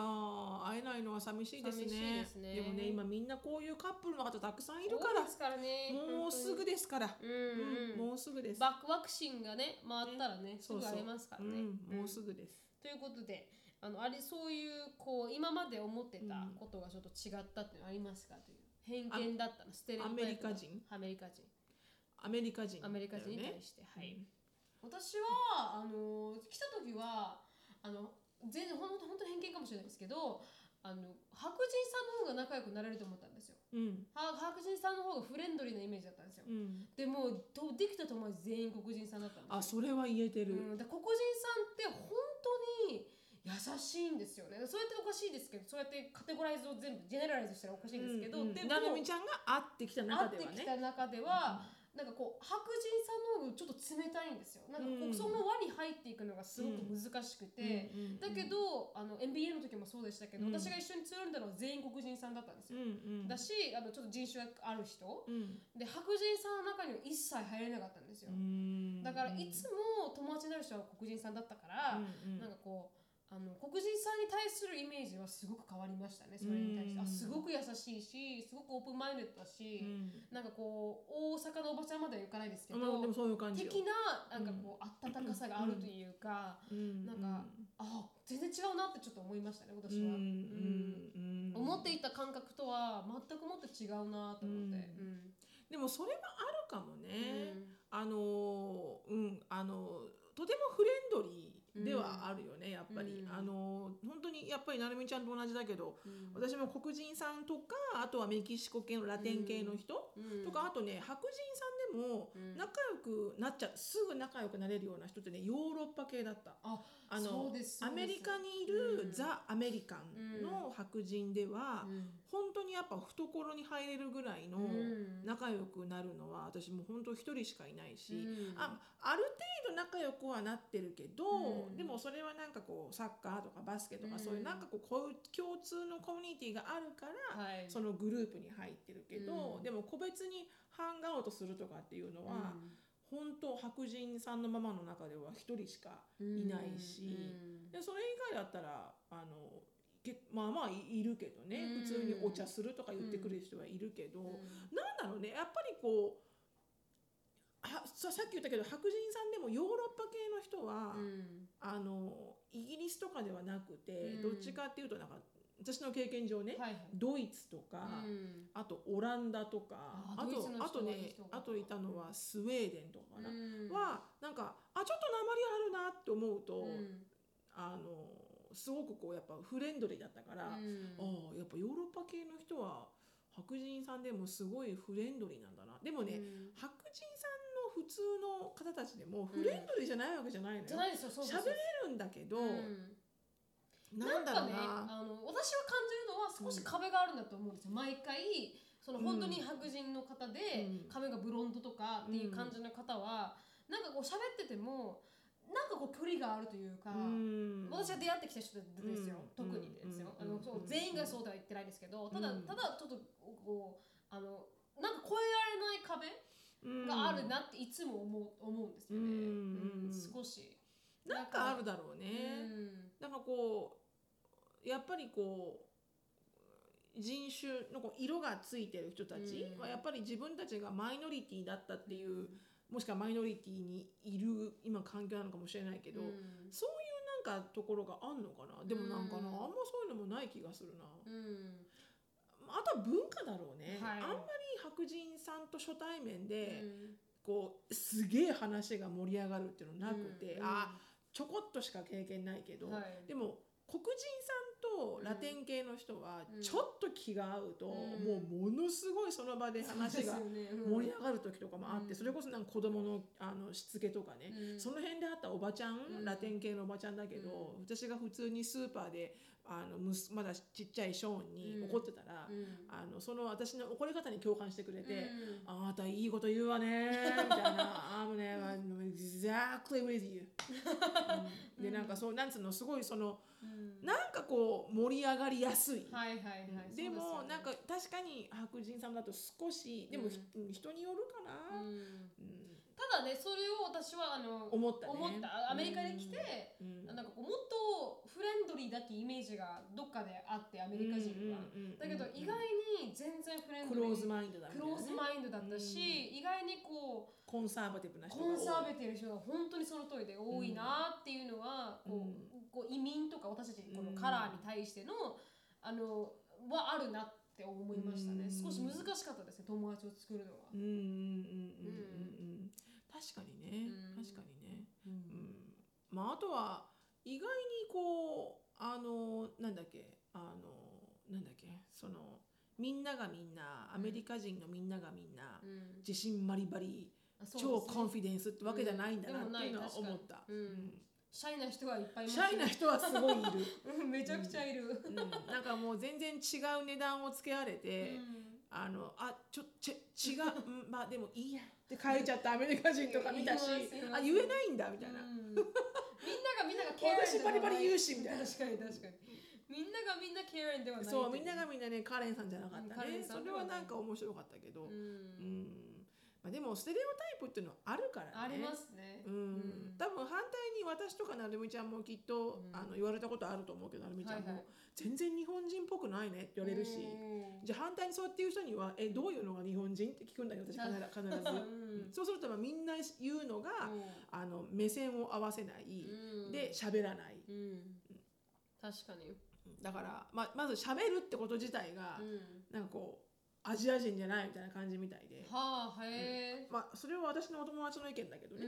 会えないのは寂しいですね寂しいですねもね今みんなこういうカップルの方たくさんいるか多らですからね。もうすぐで。ですから、ううんうん。もうすぐです、バックワクシンがね回ったらねすそぐうそう会えますからうね。ん、もぐうすぐです、ということで。あのあれそういうこう今まで思ってたことがちょっと違ったっていうのありますかという偏見だったのステレオタイプアメリカ人アメリカ人アメリカ人アメリカ人にだよ対ねして、はい、私はあの来た時はあの全然ほんと本当に偏見かもしれないですけどあの白人さんの方が仲良くなれると思ったんですようんは白人さんの方がフレンドリーなイメージだったんですよ、うんでもとできた友達全員黒人さんだったんですよあそれは言えてうる、ん、だから黒人さんって本当に優しいんですよねそうやっておかしいですけどそうやってカテゴライズを全部ジェネラライズしたらおかしいんですけど、うんうんでもななみちゃんが会ってきた中で会はってきねた中では、なんかこう白人さんの方がちょっと冷たいんですよなんかこううんその輪に入っていくのがすごく難しくて、うんうんうんだけどあの NBA の時もそうでしたけど、うん私が一緒につるんだのは全員黒人さんだったんですうんよ、うんだしあのちょっと人種がある人うんで白人さんの中には一切入れなかったんですよ、うんだからいつも友達になる人は黒人さんだったから、うんうんなんかこうあの黒人さんに対するイメージはすごく変わりましたねそれに対して、うんあすごく優しいしすごくオープンマインドだし、うんなんかこう大阪のおばちゃんまではいかないですけど、まあ、でもそういう感じよ的ななんかこう温かさがあるというか、うんなんかあ全然違うなってちょっと思いましたねうん私は、うんうん思っていた感覚とは全くもっと違うなと思って、うんうんでもそれはあるかもね、うんあのーうんあのーとてもフレンドリーではあるよね、やっぱうり、んあのー本当にやっぱりなるみちゃんと同じだけどうん私も黒人さんとかあとはメキシコ系のラテン系の人、うんとかあとね白人さんでもうん仲良くなっちゃうすぐ仲良くなれるような人ってねヨーロッパ系だった。ああのそうですそうアですメリカにいうんるザ・アメリカンの白人では、うん本当にやっぱ懐に入れるぐらいのうん仲良くなるのは私もう本当一人しかいないし、うんあある程度仲良くはなってるけど、うんでもそれはなんかこうサッカーとかバスケとか、うんそういうなんかこうこう共通のコミュニティがあるから、はいそのグループに入ってるけど、うんでも個別にハンガーウトするとかっていうのは、本当白人さんのママの中では一人しかうんいないしうんでそれ以外だったらあのけまあまあいいるけどうんね、普通にお茶するとか言ってくる人はいるけど、うんなんだろうねやっぱりこうはささっき言ったけど白人さんでもヨーロッパ系の人は、うんあのイギリスとかではなくて、うんどっちかっていうとなんか私の経験上ね、はいはいドイツとか。うんあとオランダとかああドイツのと人あとはいいね人多かったあといたのはスウェーデンとかかな、うんはなんかあちょっと鉛あるなって思うと、うんあのすごくこうやっぱフレンドリーだったかうら、あんあやっぱヨーロッパ系の人は白人さんでもすごいフレンドリーなんだなでもね、うん白人さんの普通の方たちでもフレンドリーじゃないわけじゃないのよじゃないですよそうです喋れるんだけど、うんなんだろかうなねあの私は感じるのは少し壁があるんだと思うんですよ、毎回その本当に白人の方で、うん髪がブロンドとかっていう感じの方は、なんかこう喋っててもなんかこう距離があるというか、うん私は出会ってきた人ですよ、うん特にですよ、うんあのそう全員がそうとは言ってないですけどただうんただちょっとこうあのなんか越えられない壁があるなっていつも思う思うんですよね、ううんん少し。うんなんかあるだろうね、うんなんかこうやっぱりこう人種のこう色がついてる人たうちんはやっぱり自分たちがマイノリティだったっていう、もしくはマイノリティにいる今環境なのかもしれないけど、うんそういうなんかところがあんのかなでもなんかな、うんあんまそういうのもない気がするな、うんあとは文化だろうね、はいあんまり白人さんと初対面うで、んこうすげえ話が盛り上がるっていうのなくて、うんあちょこっとしか経験ないけど、はいでも黒人さんとラテン系の人はうんちょっと気が合うと、うんもうものすごいその場で話がそうですよねうん盛り上がる時とかもあって、うんそれこそなんか子供のあのしつけとかね、うんその辺であったおばちゃん、うんラテン系のおばちゃんだけど、私が普通にスーパーであのむすまだちっちゃいショーンに怒ってたら、うんあのその私の怒り方に共感してくれて。うんあなたいいこと言う わねみたいな「I'm ne- I'm exactly with you うん」でなんかそうなんつうのすごいそのうんなんかこう盛り上がりやすい、はいはいはい。でもそうすよねなんか、確かに白人さんだと少しでも、ひ人によるかうな、ん、うんただねそれを私はあの思ったね思ったアメリカに来て、うんなんかこうもっとフレンドリーだってイメージがどっかであってアメリカ人は、うんうんうんうんだけど意外に全然フレンドクリーローズマインドだみたいクなローズねマインドだったし、うん意外にこうコンサーバティブな人がコ多ンいサーベティブな人が本当にその通りで多いなっていうのは、うんこうこう移民とか私たちこうのんカラーに対しての、あのはあるなって思いましたね、うん少し難しかったですね友達を作るのは。うんうんうんうんうんうん確かにね、うん確かにねうんうんまあ、あとは意外にこうあのなんだっけあのなんだっけそのみんながみんなアメリカ人のみんながみんな、うん自信バリバリ、あそう超ですねコンフィデンスってわけじゃないんだなうんでもっなていいうのは思った、確かにシャイな人はいっぱいいうんますシねャイな人はすごいいる、うんめちゃくちゃいる、うん、なんかもう全然違う値段をつけられうて、んあのあちょち違 ううんまあでもいいやって書いちゃったアメリカ人とか見たし言います言いますあ言えないんだみたいな、うんみんながみんながケア私バリバリ言うしみたいな確かに確かにみんながみんなケアレンではないそうみんながうみんなねカレンさんじゃなかったうんカレねンさそんでれはなはいなんか面白かったけど、うんんまあ、でもステレオタイプっていうのはあるからねありますねうんうん多分反対に私とかなるみちゃんもきっと、うんあの言われたことあると思うけどなるみちゃんも、はいはい全然日本人っぽくないねって言われるし、うんじゃあ反対にそうやっていう人には「えどういうのが日本人?」って聞くんだけど私 必ず必ず、うんそうするとまあみんな言うのが、あの目線を合わせない、うんで喋らないうん確かにだから、まあ、まず喋るってこと自体が、うんなんかこうアジア人じゃないみたいな感じみたいで、はあへえまあ、それは私のお友達の意見だけどう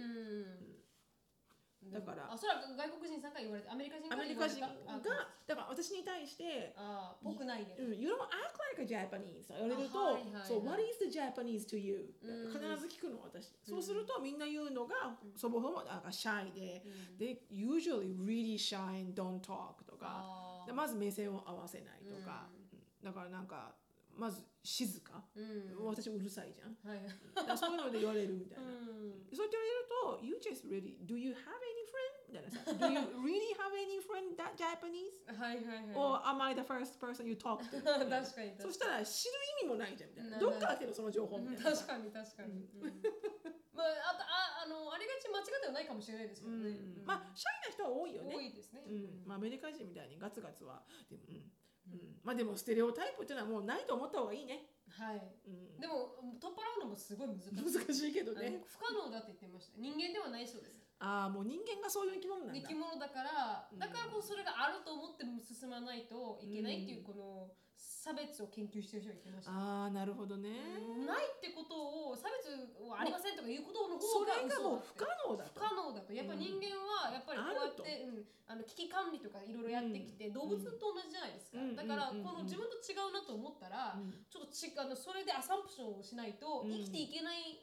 ね、んだからあそれは外国人さんから言われてアメリカ人かアらメリ言われカ人たがだから私に対してあーぽくないね「うん You don't act like a Japanese」言われると「あはいはいはい so what is the Japanese to you?」うん必ず聞くの私、そうするとみんな言うのが、そもそもなんかシャイで、で usually really shy and don't talk とかあでまず目線を合わせないとか、だからなんかまず静か、ーうん私うるさいじゃんはいだからそういうので言われるみたいな。うんそうやって言われると、You just really, do you have any friend? みたいなさ、Do you really have any friend that Japanese? はいはいはい Or am I the first person you talk to? 確かに確かそにしたら知る意味もないじゃんみたいななな。どっから来てるのその情報みたいな。確かに確かに、うんまああとああのありがち間違ってはないかもしれないですけうどね、ん、まあ、シャイな人は多いよ多ね。いですね、うんまあ、アメリカ人みたいにガツガツは。でも、うんうんまあでも、ステレオタイプっていうのはもうないと思った方がいいね。はいうん、でも取っ払うのもすごい難しい難しいけどあのね。不可能だって言ってました人間ではないそうですああ、もう人間がそういう生き物なんだ。生き物だからうんだからこそそれがあると思っても進まないといけないっていうこの差別を研究してる人が言ってました、ああ、なるほどね。ないってことを差別はありませんとかいうことのそ方がれがもう不嘘だって可能だ不可能だと。とやっぱ人間はやっぱりこうやって、うんあの危機管理とかいろいろやってきて、うん動物と同じじゃないですか、うんだからうこんの自分と違うなと思ったら、うんちょっとちあのそれでアサンプションをしないとうん生きていけない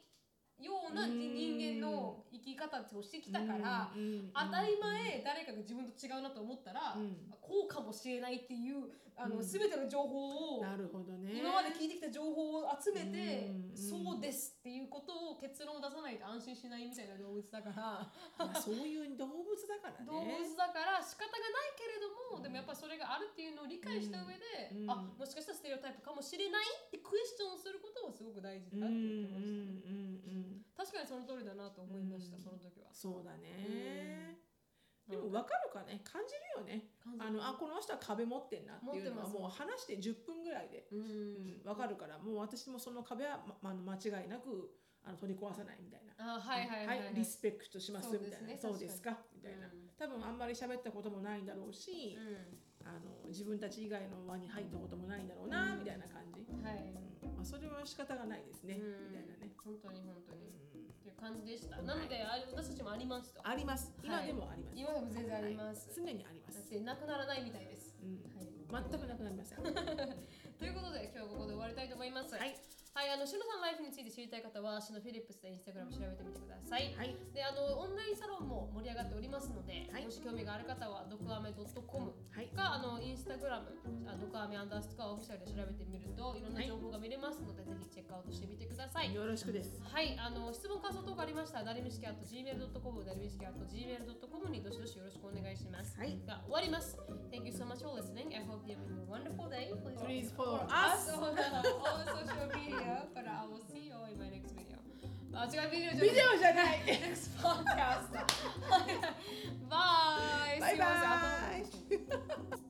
ような人間の生き方をしてきたから、うんうん当たり前誰かが自分と違うなと思ったら、うんこうかもしれないっていうあの、うん全ての情報をなるほどね今まで聞いてきた情報を集めて、うんうんそうですっていうことを結論を出さないと安心しないみたいな動物だから、まあ、そういう動物だからね動物だから仕方がないけれども、でもやっぱりそれがあるっていうのを理解した上で、うんあもしかしたらステレオタイプかもしれないってクエスチョンすることはすごく大事うんだなうっんて言ってましたね、うんうん確かにその通りだなと思いました、うんその時は。そうだうんね、でも分かるかね感じるよねあのあこの人は壁持ってんなっていうのは持ってもう話して10分ぐらいで、うん、うん分かるからもう私もその壁は、ま、あの間違いなくあの取り壊さないみたいなあはいはいはい、リスペクトしますみたいなそそううでですすかみたいうなん多分あんまり喋ったこともないんだろうし、あの自分たち以外の輪に入ったこともないんだろうなみたいな感じ、うん、はい、うんまあ、それは仕方がないですねみうんたいなね、本当に本当に、うんっていう感じでした。なので、あれ私たちもありますと。あります今はいでもあります、今でも全然あります。常にありまだっす、てなくならないみたいです。うん、はい、全くなくなりませんということで今日はここで終わりたいと思います。はい、はい、あのシノさんライフについて知りたい方はシノフィリップスでインスタグラム調べてみてください。はいであのオンラインサロンも盛り上がっておりますので、はいもし興味がある方はドクアメ .com はいかあのインスタグラムあドクアメアンダースコアオフィシャルで調べてみるといろんなはい情報が見れますので、ぜひチェックアウトしてみてください。よろしくですはい、あの質問感想等がありましたら、ダリミシキアット gmail.com、ダリミシキアット gmail.com にどしどしよろしくお願いします。はいが終わります。Thank you so much for listening. I hope you have a wonderful day. Please follow us. on our social media, but I will see you in my next video. あ、違うビデオじゃない。ビデオじゃない Next podcast. Bye. Bye See you on the bye. Apple podcast.